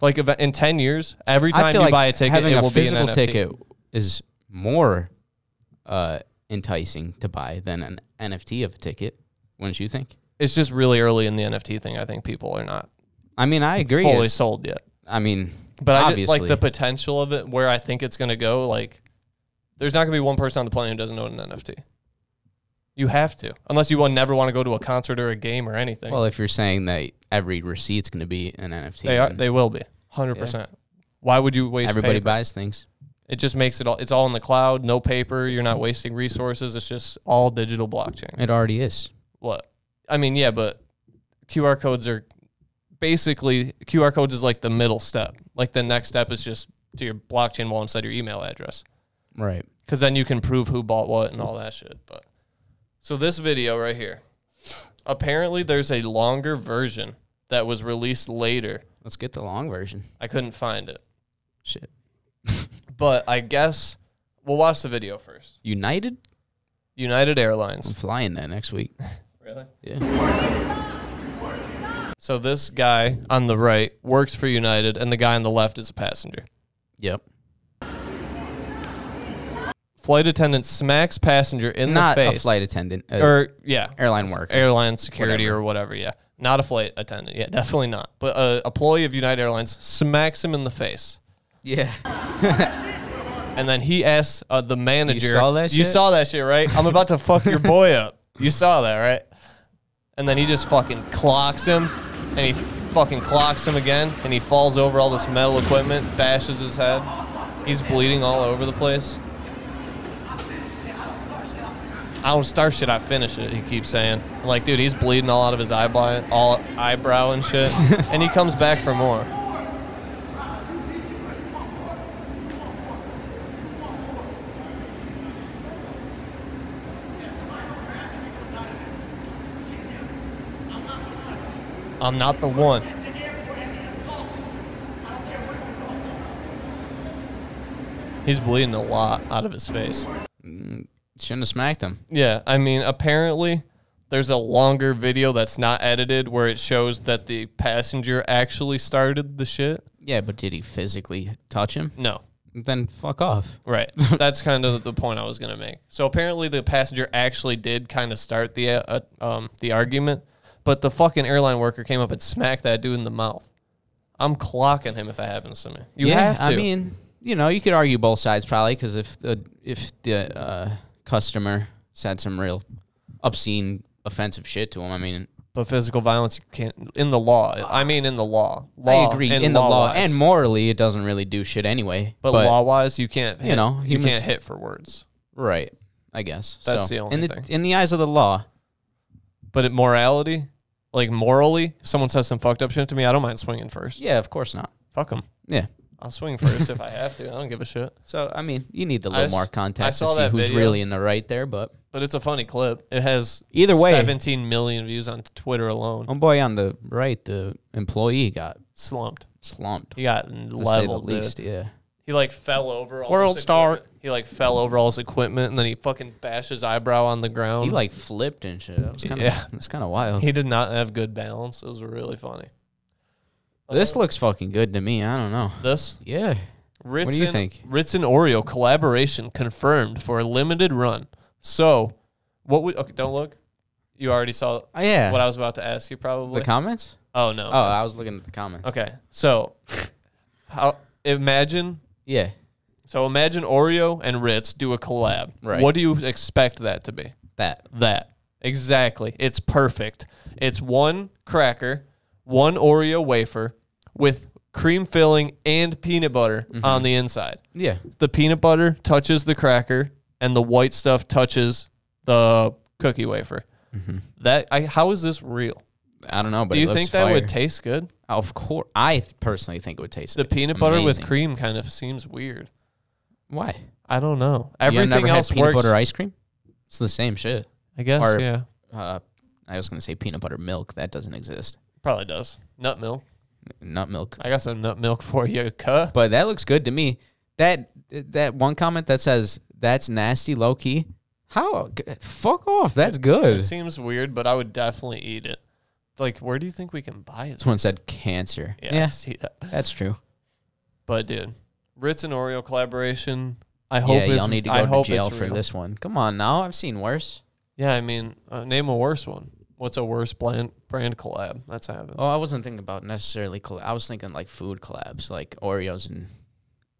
Speaker 2: Like if, in ten years, every
Speaker 1: I
Speaker 2: time you
Speaker 1: feel like
Speaker 2: buy a ticket,
Speaker 1: having
Speaker 2: it
Speaker 1: a
Speaker 2: will be an
Speaker 1: physical
Speaker 2: NFT.
Speaker 1: ticket is more uh, enticing to buy than an NFT of a ticket. Wouldn't you think?
Speaker 2: It's just really early in the NFT thing. I think people are not
Speaker 1: I mean, I agree.
Speaker 2: fully
Speaker 1: it's-
Speaker 2: sold yet.
Speaker 1: I mean,
Speaker 2: But I just, like
Speaker 1: Obviously.
Speaker 2: the potential of it, where I think it's going to go. Like, there's not going to be one person on the planet who doesn't own an NFT. You have to, unless you will never want to go to a concert or a game or anything.
Speaker 1: Well, if you're saying that every receipt's going to be an NFT,
Speaker 2: they are,
Speaker 1: then
Speaker 2: they will be, hundred percent. Why would you waste?
Speaker 1: everybody
Speaker 2: paper?
Speaker 1: buys things.
Speaker 2: It just makes it all. It's all in the cloud. No paper. You're not wasting resources. It's just all digital blockchain.
Speaker 1: It already is.
Speaker 2: What? I mean, yeah, but QR codes are basically QR codes is like the middle step. Like the next step is just to your blockchain wall inside your email address.
Speaker 1: Right.
Speaker 2: because then you can prove who bought what and all that shit. But so this video right here, apparently there's a longer version that was released later.
Speaker 1: Let's get the long version.
Speaker 2: I couldn't find it,
Speaker 1: Shit.
Speaker 2: but I guess we'll watch the video first.
Speaker 1: United?
Speaker 2: United Airlines.
Speaker 1: I'm flying that next week.
Speaker 2: Really?
Speaker 1: Yeah.
Speaker 2: So this guy on the right works for United, and the guy on the left is a passenger.
Speaker 1: Yep.
Speaker 2: Flight attendant smacks passenger in
Speaker 1: Not
Speaker 2: the
Speaker 1: a
Speaker 2: face.
Speaker 1: flight attendant. Uh, a
Speaker 2: or yeah,
Speaker 1: airline worker.
Speaker 2: airline security or whatever. Yeah, not a flight attendant. Yeah, definitely not. But a employee of United Airlines smacks him in the face,
Speaker 1: yeah.
Speaker 2: and then he asks uh, the manager,
Speaker 8: saw that
Speaker 2: "You
Speaker 8: shit?
Speaker 2: saw that shit, right? I'm about to fuck your boy up. You saw that, right?" And then he just fucking clocks him, and he fucking clocks him again, and he falls over all this metal equipment, bashes his head. He's bleeding all over the place. I don't start shit, I finish it. He keeps saying, I'm like, dude, he's bleeding all out of his eyebrow, all eyebrow and shit, and he comes back for more. I'm not the one. He's bleeding a lot out of his face.
Speaker 1: Shouldn't have smacked him.
Speaker 2: Yeah, I mean, apparently there's a longer video that's not edited where it shows that the passenger actually started the shit.
Speaker 1: Yeah, but did he physically touch him?
Speaker 2: No.
Speaker 1: Then fuck off.
Speaker 2: Right. That's kind of the point I was going to make. So apparently the passenger actually did kind of start the uh, um the argument, but the fucking airline worker came up and smacked that dude in the mouth. I'm clocking him if that happens to me. You
Speaker 1: yeah,
Speaker 2: have to.
Speaker 1: I mean, you know, you could argue both sides probably because if the if the uh, customer said some real obscene, offensive shit to him, I mean,
Speaker 2: but physical violence you can't in the law. I mean in the law. law
Speaker 1: I agree
Speaker 2: and
Speaker 1: in the law
Speaker 2: law-wise.
Speaker 1: and morally, it doesn't really do shit anyway.
Speaker 2: but, law wise you can't hit,
Speaker 1: know,
Speaker 2: you
Speaker 1: humans-
Speaker 2: can't hit for words.
Speaker 1: right? I guess
Speaker 2: That's
Speaker 1: So,
Speaker 2: the only
Speaker 1: in the
Speaker 2: thing.
Speaker 1: in the eyes of the law.
Speaker 2: But it, morality, like morally, if someone says some fucked up shit to me, I don't mind swinging first.
Speaker 1: Yeah, of course not.
Speaker 2: Fuck them.
Speaker 1: Yeah.
Speaker 2: I'll swing first if I have to. I don't give a shit.
Speaker 1: So I mean, you need a
Speaker 2: I
Speaker 1: little
Speaker 2: s- I
Speaker 1: more context to
Speaker 2: saw
Speaker 1: see
Speaker 2: that
Speaker 1: who's
Speaker 2: video.
Speaker 1: really in the right there. But
Speaker 2: But it's a funny clip. It has
Speaker 1: Either way- Oh.
Speaker 2: 17 million views on Twitter alone.
Speaker 1: homeboy on the right, the employee got
Speaker 2: Slumped.
Speaker 1: slumped.
Speaker 2: He got
Speaker 1: To say the
Speaker 2: leveled. dude.
Speaker 1: least, yeah.
Speaker 2: He like fell over. All
Speaker 1: World
Speaker 2: his
Speaker 1: star.
Speaker 2: equipment. He like fell over all his equipment, and then he fucking bashed his eyebrow on the ground.
Speaker 1: He like flipped and shit. That was kind of
Speaker 2: Yeah.
Speaker 1: that's kind of wild.
Speaker 2: He did not have good balance. It was really funny.
Speaker 1: This looks fucking good to me. I don't know.
Speaker 2: This
Speaker 1: Yeah.
Speaker 2: Ritz
Speaker 1: do you
Speaker 2: and,
Speaker 1: think?
Speaker 2: Ritz and Oreo collaboration confirmed for a limited run. So, what would okay? Don't look. You already saw
Speaker 1: Oh, yeah.
Speaker 2: what I was about to ask you, probably.
Speaker 1: the comments?
Speaker 2: oh no.
Speaker 1: Oh, I was looking at the comments.
Speaker 2: Okay. So, how imagine?
Speaker 1: Yeah.
Speaker 2: So imagine Oreo and Ritz do a collab.
Speaker 1: Right.
Speaker 2: What do you expect that to be?
Speaker 1: That.
Speaker 2: That. Exactly. It's perfect. It's one cracker, one Oreo wafer with cream filling and peanut butter on the inside.
Speaker 1: Yeah.
Speaker 2: The peanut butter touches the cracker and the white stuff touches the cookie wafer. That I, how is this real?
Speaker 1: I don't know, but
Speaker 2: Do
Speaker 1: it
Speaker 2: you
Speaker 1: looks
Speaker 2: think that would
Speaker 1: fire.
Speaker 2: taste good?
Speaker 1: Of course, I th- personally think it would taste
Speaker 2: The peanut butter with
Speaker 1: amazing.
Speaker 2: cream kind of seems weird.
Speaker 1: Why?
Speaker 2: I don't know.
Speaker 1: You
Speaker 2: Everything
Speaker 1: ever never
Speaker 2: else
Speaker 1: had peanut
Speaker 2: works.
Speaker 1: butter ice cream. It's the same shit.
Speaker 2: I guess.
Speaker 1: or-
Speaker 2: yeah.
Speaker 1: Uh, I was gonna say peanut butter milk. That doesn't exist.
Speaker 2: Probably does. Nut milk.
Speaker 1: Nut milk.
Speaker 2: I got some nut milk for you, cuh.
Speaker 1: But that looks good to me. That that one comment that says that's nasty, low key. How? Fuck off. That's good.
Speaker 2: It seems weird, but I would definitely eat it. Like, where do you think we can buy it?
Speaker 1: Someone said cancer.
Speaker 2: Yeah, I
Speaker 1: Yeah,
Speaker 2: see that.
Speaker 1: that's true.
Speaker 2: But dude, Ritz and Oreo collaboration. I hope
Speaker 1: Yeah,
Speaker 2: it's,
Speaker 1: y'all need to
Speaker 2: I
Speaker 1: go to
Speaker 2: hope
Speaker 1: jail
Speaker 2: it's
Speaker 1: for
Speaker 2: real.
Speaker 1: this one. Come on now, I've seen worse.
Speaker 2: Yeah, I mean, uh, name a worse one. What's a worse brand brand collab that's happened?
Speaker 1: Oh, I wasn't thinking about necessarily. Coll- I was thinking like food collabs, like Oreos and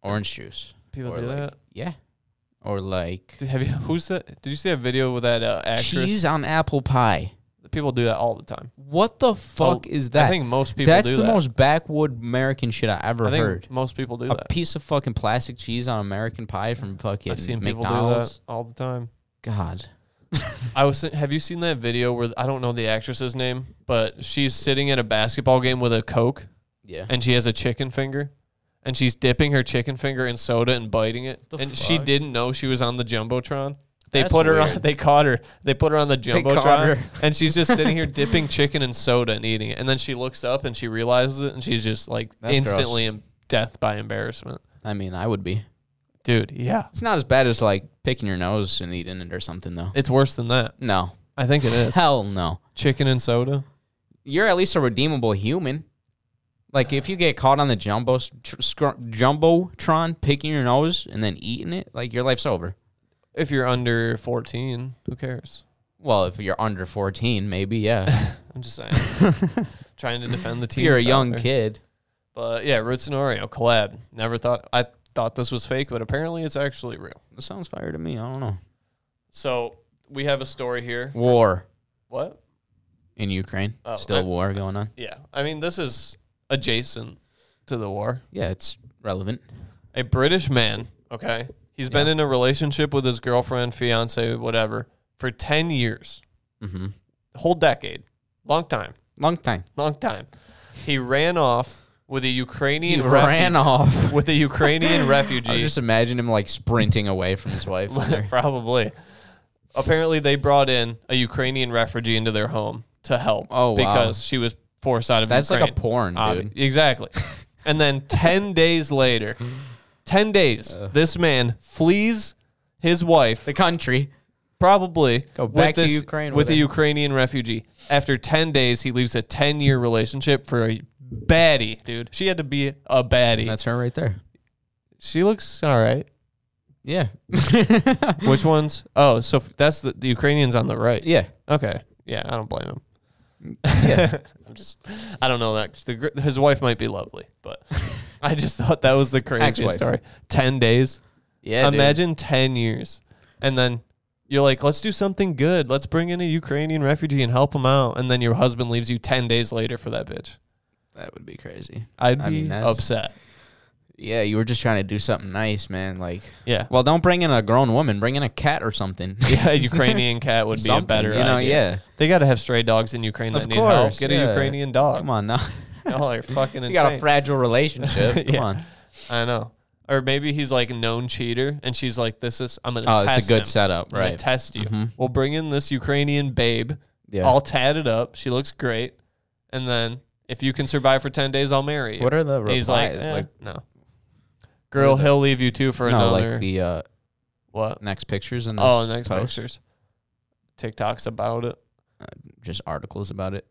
Speaker 1: orange juice.
Speaker 2: People
Speaker 1: or
Speaker 2: do
Speaker 1: like,
Speaker 2: that?
Speaker 1: Yeah. Or like
Speaker 2: Dude, Have you? Who's that? Did you see that video with that uh, actress?
Speaker 1: cheese on apple pie.
Speaker 2: People do that all the time.
Speaker 1: What the fuck
Speaker 2: Oh,
Speaker 1: is that?
Speaker 2: I think most people
Speaker 1: That's
Speaker 2: do
Speaker 1: the
Speaker 2: that.
Speaker 1: most backwood American shit I ever
Speaker 2: I think
Speaker 1: heard.
Speaker 2: most people do
Speaker 1: A
Speaker 2: that.
Speaker 1: piece of fucking plastic cheese on American pie from fucking
Speaker 2: I've seen people
Speaker 1: McDonald's.
Speaker 2: do that all the time.
Speaker 1: God.
Speaker 2: I was. Have you seen that video where I don't know the actress's name, but she's sitting at a basketball game with a Coke
Speaker 1: Yeah.
Speaker 2: and she has a chicken finger, and she's dipping her chicken finger in soda and biting it,
Speaker 1: The
Speaker 2: and she
Speaker 1: fuck?
Speaker 2: didn't know she was on the jumbotron. They
Speaker 1: That's
Speaker 2: put her on.
Speaker 1: weird.
Speaker 2: They caught her. They put her on the
Speaker 1: caught
Speaker 2: jumbotron,
Speaker 1: her.
Speaker 2: and she's just sitting here dipping chicken in soda and eating it. And then she looks up and she realizes it, and she's just like
Speaker 1: That's gross.
Speaker 2: instantly in death by embarrassment.
Speaker 1: I mean, I would be.
Speaker 2: Dude, yeah,
Speaker 1: It's not as bad as like picking your nose and eating it or something though.
Speaker 2: it's worse than that.
Speaker 1: No.
Speaker 2: I think it is
Speaker 1: Hell no.
Speaker 2: chicken and soda.
Speaker 1: You're at least a redeemable human. Like if you get caught on the jumbo tr- scr- jumbotron picking your nose and then eating it, like your life's over.
Speaker 2: If you're under 14, who cares?
Speaker 1: Well, if you're under 14, maybe yeah.
Speaker 2: I'm just saying. Trying to defend the
Speaker 1: if
Speaker 2: team.
Speaker 1: you're a young kid,
Speaker 2: But yeah, Roots and Oreo collab. Never thought I thought this was fake, but apparently it's actually real.
Speaker 1: it sounds fire to me. I don't know.
Speaker 2: So we have a story here.
Speaker 1: War
Speaker 2: What?
Speaker 1: in Ukraine.
Speaker 2: Oh,
Speaker 1: Still
Speaker 2: I-
Speaker 1: war going on.
Speaker 2: Yeah. I mean, this is adjacent to the war.
Speaker 1: Yeah, it's relevant.
Speaker 2: A British man, okay? he's been in a relationship with his girlfriend, fiance, whatever, for 10 years.
Speaker 1: Mhm.
Speaker 2: Whole decade. Long time.
Speaker 1: Long time.
Speaker 2: Long time. He ran off with a Ukrainian
Speaker 1: He ran
Speaker 2: refu-
Speaker 1: off.
Speaker 2: with a Ukrainian
Speaker 1: I
Speaker 2: refugee.
Speaker 1: just imagine him like sprinting away from his wife.
Speaker 2: Probably. Apparently, they brought in a Ukrainian refugee into their home to help.
Speaker 1: Oh, wow.
Speaker 2: Because she was forced out of
Speaker 1: That's like a
Speaker 2: Ukraine.
Speaker 1: porn,
Speaker 2: Obvi-
Speaker 1: dude.
Speaker 2: Exactly. and then 10 days later, 10 days, this man flees his wife,
Speaker 1: The country.
Speaker 2: probably
Speaker 1: Go
Speaker 2: with
Speaker 1: back to
Speaker 2: this-
Speaker 1: Ukraine
Speaker 2: with
Speaker 1: with
Speaker 2: a
Speaker 1: him.
Speaker 2: Ukrainian refugee. After 10 days, he leaves a 10 year relationship for a baddie, dude. She had to be a baddie.
Speaker 1: That's her right there.
Speaker 2: she looks all right.
Speaker 1: Yeah.
Speaker 2: Which ones? Oh, so f- that's the, the Ukrainians on the right.
Speaker 1: yeah.
Speaker 2: Okay. Yeah, I don't blame him. I'm just, I don't know that the, gr- his wife might be lovely, but I just thought that was the craziest
Speaker 1: Ex-wife.
Speaker 2: story. Ten days.
Speaker 1: Yeah. dude.
Speaker 2: Imagine ten years, and then you're like, let's do something good. Let's bring in a Ukrainian refugee and help him out. And then your husband leaves you ten days later for that bitch.
Speaker 1: That would be crazy.
Speaker 2: I'd
Speaker 1: I
Speaker 2: be
Speaker 1: mean, that's-
Speaker 2: upset.
Speaker 1: Yeah, you were just trying to do something nice, man. Like,
Speaker 2: Yeah.
Speaker 1: well, don't bring in a grown woman. Bring in a cat or something.
Speaker 2: Yeah, a Ukrainian cat would be a
Speaker 1: Something,
Speaker 2: better.
Speaker 1: you know,
Speaker 2: idea.
Speaker 1: yeah.
Speaker 2: They got to have stray dogs in Ukraine that
Speaker 1: Of
Speaker 2: need help.
Speaker 1: course,
Speaker 2: Get a
Speaker 1: yeah.
Speaker 2: Ukrainian dog.
Speaker 1: Come on now.
Speaker 2: Y'all are fucking insane.
Speaker 1: you got a fragile relationship. Come
Speaker 2: Yeah.
Speaker 1: on.
Speaker 2: I know. Or maybe he's like known cheater, and she's like, "This is I'm gonna
Speaker 1: Oh,
Speaker 2: test
Speaker 1: it's a good
Speaker 2: him.
Speaker 1: setup,
Speaker 2: I'm gonna
Speaker 1: right? Mm-hmm.
Speaker 2: test you. We'll bring in this Ukrainian babe,
Speaker 1: Yeah.
Speaker 2: all tatted up. She looks great, and then if you can survive for ten days, I'll marry you.
Speaker 1: What are the
Speaker 2: And
Speaker 1: replies?
Speaker 2: He's like, "Eh,
Speaker 1: like
Speaker 2: no, girl, he'll leave you too for
Speaker 1: no,
Speaker 2: another
Speaker 1: like the uh,
Speaker 2: what?
Speaker 1: next pictures and the
Speaker 2: Oh, next
Speaker 1: post.
Speaker 2: pictures. TikToks about it.
Speaker 1: just articles about it.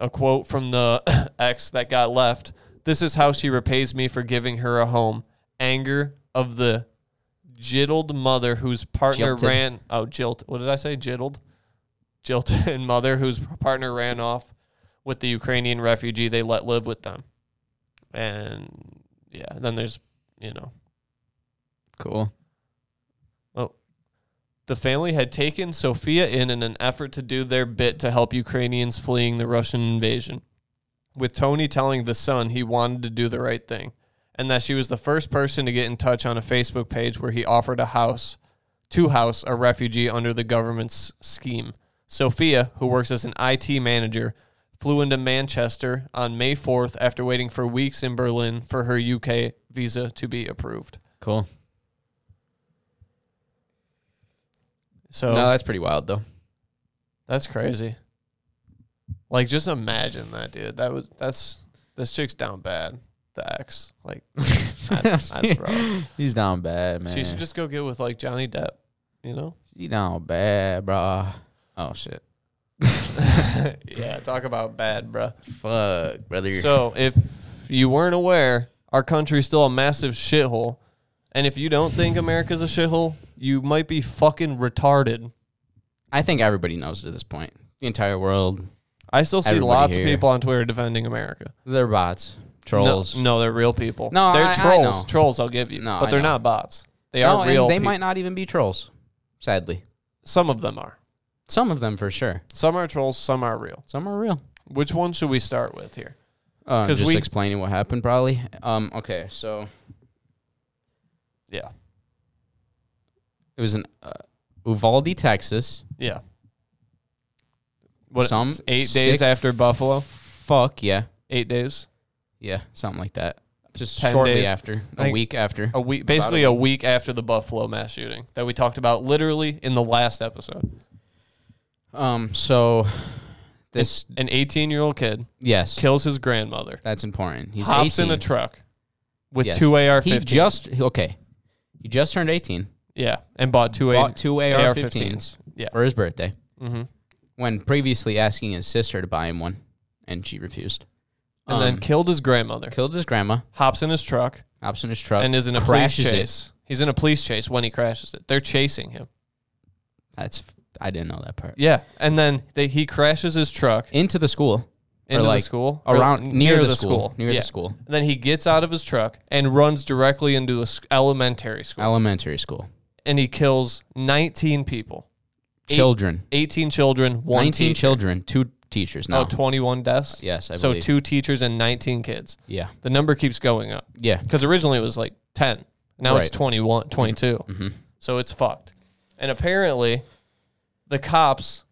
Speaker 2: a quote from the ex that got left. This is how she repays me for giving her a home. Anger of the jittled mother whose partner
Speaker 1: Jilted.
Speaker 2: ran oh jilt what did I say? Jittled? Jilted mother whose partner ran off with the Ukrainian refugee they let live with them. And yeah, then there's you know,
Speaker 1: Cool.
Speaker 2: The family had taken Sofia in in an effort to do their bit to help Ukrainians fleeing the Russian invasion. With Tony telling the son he wanted to do the right thing and that she was the first person to get in touch on a Facebook page where he offered a house to house a refugee under the government's scheme. Sophia, who works as an IT manager, flew into Manchester on May 4th after waiting for weeks in Berlin for her UK visa to be approved.
Speaker 1: Cool.
Speaker 2: So
Speaker 1: No, that's pretty wild though.
Speaker 2: That's crazy. Like, just imagine that, dude. That was that's this chick's down bad. The ex, like, that's, that's rough.
Speaker 1: He's down bad, man.
Speaker 2: She should just go get with like Johnny Depp. You know?
Speaker 1: She down bad, bro. Oh shit.
Speaker 2: yeah. Talk about bad, bruh.
Speaker 1: Fuck, brother.
Speaker 2: So if you weren't aware, our country's still a massive shithole. And if you don't think America's a shithole, you might be fucking retarded.
Speaker 1: I think everybody knows at this point. the entire world.
Speaker 2: I still see
Speaker 1: Everybody
Speaker 2: lots
Speaker 1: here.
Speaker 2: of people on Twitter defending America.
Speaker 1: They're bots,
Speaker 2: No-
Speaker 1: trolls.
Speaker 2: No, they're real people.
Speaker 1: No,
Speaker 2: they're
Speaker 1: I- I
Speaker 2: trolls.
Speaker 1: know.
Speaker 2: Trolls, I'll give you.
Speaker 1: No,
Speaker 2: but
Speaker 1: I
Speaker 2: they're
Speaker 1: know.
Speaker 2: not bots. They
Speaker 1: No,
Speaker 2: are
Speaker 1: and
Speaker 2: real.
Speaker 1: They
Speaker 2: people.
Speaker 1: might not even be trolls. Sadly,
Speaker 2: Some of them are.
Speaker 1: some of them for sure.
Speaker 2: Some are trolls. Some are real.
Speaker 1: Some are real.
Speaker 2: Which one should we start with here?
Speaker 1: Uh,
Speaker 2: 'Cause
Speaker 1: just
Speaker 2: we-
Speaker 1: explaining what happened, probably. Um, okay, so
Speaker 2: Yeah.
Speaker 1: it was in uh, Uvalde, Texas.
Speaker 2: Yeah. What?
Speaker 1: Some
Speaker 2: eight
Speaker 1: sick-
Speaker 2: days after Buffalo.
Speaker 1: Fuck yeah,
Speaker 2: Eight days.
Speaker 1: yeah, something like that. Just
Speaker 2: 10
Speaker 1: shortly
Speaker 2: days.
Speaker 1: after,
Speaker 2: I
Speaker 1: a
Speaker 2: think-
Speaker 1: week after.
Speaker 2: A week, basically a week after the Buffalo mass shooting that we talked about literally in the last episode.
Speaker 1: Um, so this
Speaker 2: An 18 year old kid
Speaker 1: yes,
Speaker 2: kills his grandmother,
Speaker 1: that's important. He's
Speaker 2: hops
Speaker 1: 18.
Speaker 2: in a truck with
Speaker 1: Yes.
Speaker 2: two AR 15s.
Speaker 1: He just okay. He just turned 18
Speaker 2: yeah, and bought two,
Speaker 1: Bought two AR-15s.
Speaker 2: AR-15s. Yeah,
Speaker 1: for his birthday.
Speaker 2: Mhm.
Speaker 1: When previously asking his sister to buy him one, and she refused.
Speaker 2: and then
Speaker 1: Um,
Speaker 2: killed his grandmother.
Speaker 1: killed his grandma.
Speaker 2: hops in his truck
Speaker 1: Hops in his truck
Speaker 2: and is in a police
Speaker 1: Uh, crashes
Speaker 2: chase. He's in a police chase when he crashes it. They're chasing him.
Speaker 1: it. That's I didn't know that part.
Speaker 2: Yeah, and then they, he crashes his truck
Speaker 1: Into the school. Or
Speaker 2: into
Speaker 1: like
Speaker 2: the school or
Speaker 1: around near, the, school, near
Speaker 2: Yeah.
Speaker 1: the school,
Speaker 2: Then he gets out of his truck and runs directly into a s- elementary school,
Speaker 1: elementary school,
Speaker 2: and he kills 19 people, Eight-
Speaker 1: children,
Speaker 2: 18 children, one
Speaker 1: 19
Speaker 2: teacher.
Speaker 1: children, two teachers. No,
Speaker 2: Oh, 21 deaths.
Speaker 1: Yes, I
Speaker 2: so
Speaker 1: believe.
Speaker 2: two teachers and 19 kids.
Speaker 1: yeah,
Speaker 2: The number keeps going up
Speaker 1: yeah,
Speaker 2: because originally it was like 10. Now it's
Speaker 1: Right. Mm-hmm.
Speaker 2: 21, 22. So it's fucked. And apparently, the cops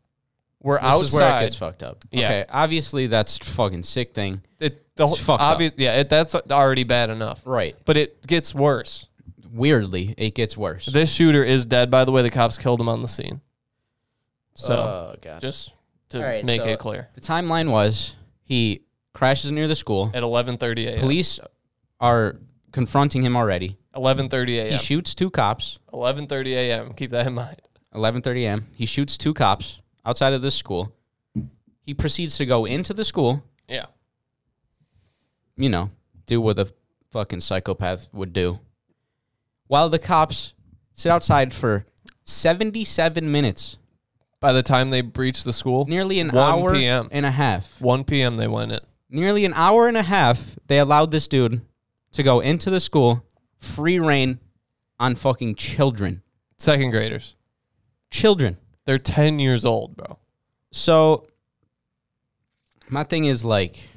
Speaker 2: were
Speaker 1: This
Speaker 2: outside.
Speaker 1: is where it gets fucked up.
Speaker 2: Yeah.
Speaker 1: Okay, obviously that's fucking sick thing.
Speaker 2: It- the
Speaker 1: It's
Speaker 2: whole-
Speaker 1: fucked up.
Speaker 2: obvious, Yeah, it, that's already bad enough.
Speaker 1: Right.
Speaker 2: But it gets worse.
Speaker 1: Weirdly, it gets worse.
Speaker 2: This shooter is dead. By the way, the cops killed him on the scene. So
Speaker 1: oh god.
Speaker 2: just to
Speaker 1: All right,
Speaker 2: make
Speaker 1: so
Speaker 2: it clear,
Speaker 1: The timeline was he crashes near the school.
Speaker 2: at 11:30 a.m.
Speaker 1: Police are confronting him already.
Speaker 2: 11:30
Speaker 1: He
Speaker 2: a.m.
Speaker 1: shoots two cops.
Speaker 2: 11:30 a.m. Keep that in mind.
Speaker 1: 11:30 a.m. He shoots two cops outside of this school. He proceeds to go into the school.
Speaker 2: Yeah.
Speaker 1: you know, do what a fucking psychopath would do. While the cops sit outside for 77 minutes,
Speaker 2: By the time they breached the school,
Speaker 1: nearly an
Speaker 2: 1
Speaker 1: hour
Speaker 2: p.m.
Speaker 1: and a half.
Speaker 2: 1 p.m. they went in.
Speaker 1: Nearly an hour and a half, they allowed this dude to go into the school, free reign on fucking children.
Speaker 2: Second graders.
Speaker 1: Children.
Speaker 2: They're 10 years old, bro.
Speaker 1: So, my thing is like,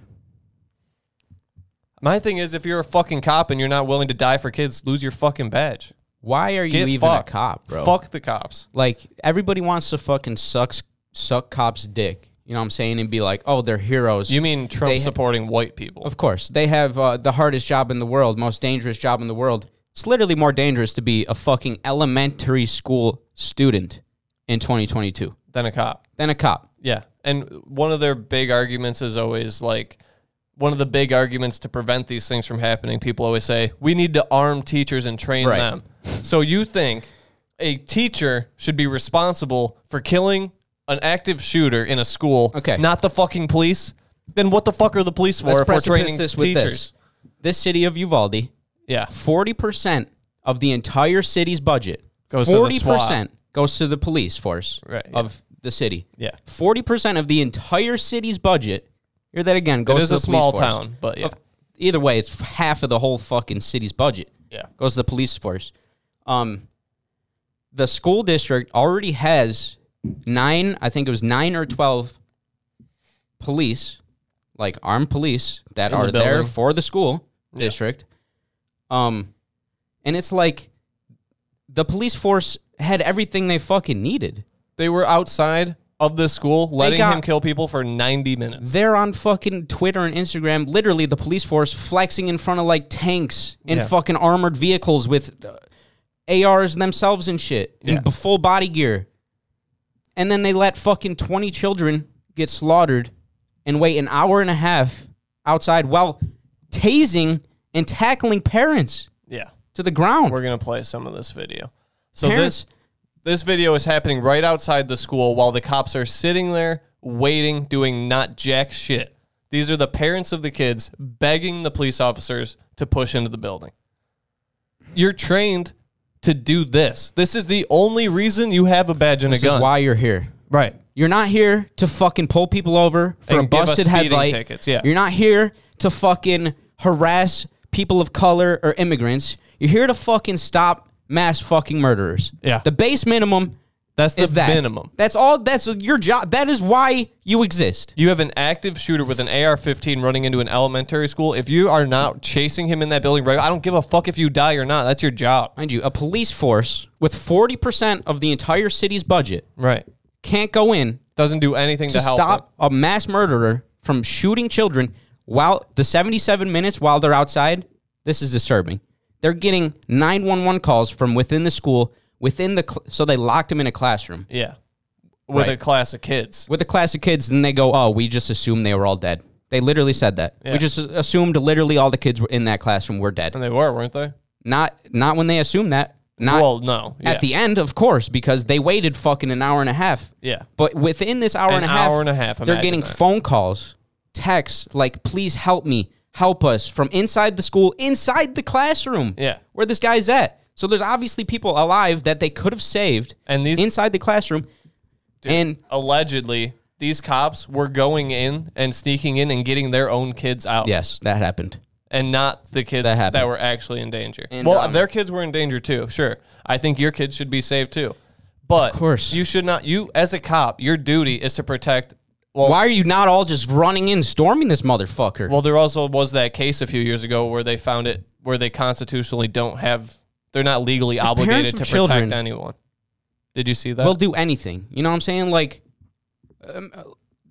Speaker 2: My thing is, if you're a fucking cop and you're not willing to die for kids, lose your fucking badge.
Speaker 1: why are you
Speaker 2: Get
Speaker 1: even
Speaker 2: fucked.
Speaker 1: a cop, bro?
Speaker 2: Fuck the cops.
Speaker 1: Like everybody wants to fucking suck suck cops dick. You know what I'm saying? And be like, oh, they're heroes.
Speaker 2: You mean Trump
Speaker 1: They-
Speaker 2: supporting white people?
Speaker 1: Of course, they have uh, the hardest job in the world, most dangerous job in the world. It's literally more dangerous to be a fucking elementary school student in 2022
Speaker 2: Than a cop.
Speaker 1: than a cop.
Speaker 2: Yeah. And one of their big arguments is always like one of the big arguments to prevent these things from happening. People always say, we need to arm teachers and train
Speaker 1: Right.
Speaker 2: them. So you think a teacher should be responsible for killing an active shooter in a school,
Speaker 1: Okay.
Speaker 2: not the fucking police? Then what the fuck are the police for if we're
Speaker 1: precipice
Speaker 2: training
Speaker 1: this with
Speaker 2: teachers?
Speaker 1: this. This city of Uvalde,
Speaker 2: Yeah.
Speaker 1: 40% of the entire city's budget,
Speaker 2: Goes to the
Speaker 1: 40% goes to the police force
Speaker 2: Right, yeah.
Speaker 1: of the city.
Speaker 2: Yeah.
Speaker 1: Forty percent of the entire city's budget. Hear that again? Goes
Speaker 2: It is
Speaker 1: to the
Speaker 2: a
Speaker 1: police
Speaker 2: small
Speaker 1: force.
Speaker 2: town, but yeah.
Speaker 1: Either way, it's f- half of the whole fucking city's budget.
Speaker 2: Yeah.
Speaker 1: goes to the police force. Um, the school district already has nine. I think it was nine or twelve police, like armed police that
Speaker 2: In the
Speaker 1: are there
Speaker 2: building.
Speaker 1: for the school district. Um, and it's like the police force had everything they fucking needed.
Speaker 2: They were outside of the school letting
Speaker 1: got-
Speaker 2: him kill people for 90 minutes.
Speaker 1: They're on fucking Twitter and Instagram, literally the police force flexing in front of like tanks and
Speaker 2: Yeah.
Speaker 1: fucking armored vehicles with uh, ARs themselves and shit,
Speaker 2: Yeah.
Speaker 1: and b- full body gear. And then they let fucking 20 children get slaughtered and wait an hour and a half outside while tasing and tackling parents
Speaker 2: yeah.
Speaker 1: to the ground.
Speaker 2: We're going to play some of this video. So this
Speaker 1: parents,
Speaker 2: This video is happening right outside the school while the cops are sitting there waiting, doing not jack shit. These are the parents of the kids begging the police officers to push into the building. You're trained to do this. This is the only reason you have a badge and
Speaker 1: this
Speaker 2: a gun.
Speaker 1: is why you're here.
Speaker 2: right.
Speaker 1: You're not here to fucking pull people over for a
Speaker 2: And give us
Speaker 1: busted
Speaker 2: speeding
Speaker 1: headlight.
Speaker 2: tickets, yeah.
Speaker 1: You're not here to fucking harass people of color or immigrants. You're here to fucking stop mass fucking murderers.
Speaker 2: Yeah.
Speaker 1: The base minimum
Speaker 2: That's the
Speaker 1: is that
Speaker 2: minimum.
Speaker 1: That's all. That's your job. That is why you exist.
Speaker 2: You have an active shooter with an AR-15 running into an elementary school. If you are not chasing him in that building, right? I don't give a fuck if you die or not. That's your job,
Speaker 1: Mind you, a police force with 40% of the entire city's budget
Speaker 2: right?
Speaker 1: can't go in
Speaker 2: Doesn't do anything to,
Speaker 1: to
Speaker 2: help.
Speaker 1: stop a mass murderer from shooting children while the 77 minutes while they're outside. This is disturbing. They're getting 911 calls from within the school, within the cl- so they locked him in a classroom
Speaker 2: it. Yeah, with a
Speaker 1: Right.
Speaker 2: class of kids.
Speaker 1: with a class of kids, and they go, "Oh, we just assumed they were all dead." They literally said that.
Speaker 2: Yeah.
Speaker 1: We just assumed literally all the kids were in that classroom were dead.
Speaker 2: And they were, weren't they?
Speaker 1: Not not when they assumed that. Not
Speaker 2: well, no. Yeah.
Speaker 1: at the end, of course, because they waited fucking an hour and a half.
Speaker 2: yeah.
Speaker 1: But within this hour
Speaker 2: An
Speaker 1: and a half,
Speaker 2: hour and a half,
Speaker 1: they're
Speaker 2: imagine
Speaker 1: getting
Speaker 2: that.
Speaker 1: phone calls, texts like, "Please help me, help us" from inside the school, inside the classroom,
Speaker 2: Yeah.
Speaker 1: where this guy's at. So there's obviously people alive that they could have saved,
Speaker 2: And these-
Speaker 1: inside the classroom, and
Speaker 2: Allegedly, these cops were going in and sneaking in and getting their own kids out.
Speaker 1: yes, that happened.
Speaker 2: and not the kids
Speaker 1: That
Speaker 2: that,
Speaker 1: happened.
Speaker 2: were actually in danger.
Speaker 1: And,
Speaker 2: well,
Speaker 1: um,
Speaker 2: their kids were in danger too. Sure, I think your kids should be saved too. But
Speaker 1: Of course.
Speaker 2: you should not. You as a cop, your duty is to protect. Well,
Speaker 1: Why are you not all just running in, storming this motherfucker?
Speaker 2: well, there also was that case a few years ago where they found it where they constitutionally don't have. They're not legally obligated to
Speaker 1: of
Speaker 2: protect
Speaker 1: children-
Speaker 2: anyone. Did you see that?
Speaker 1: they'll do anything. You know what I'm saying? Like, um,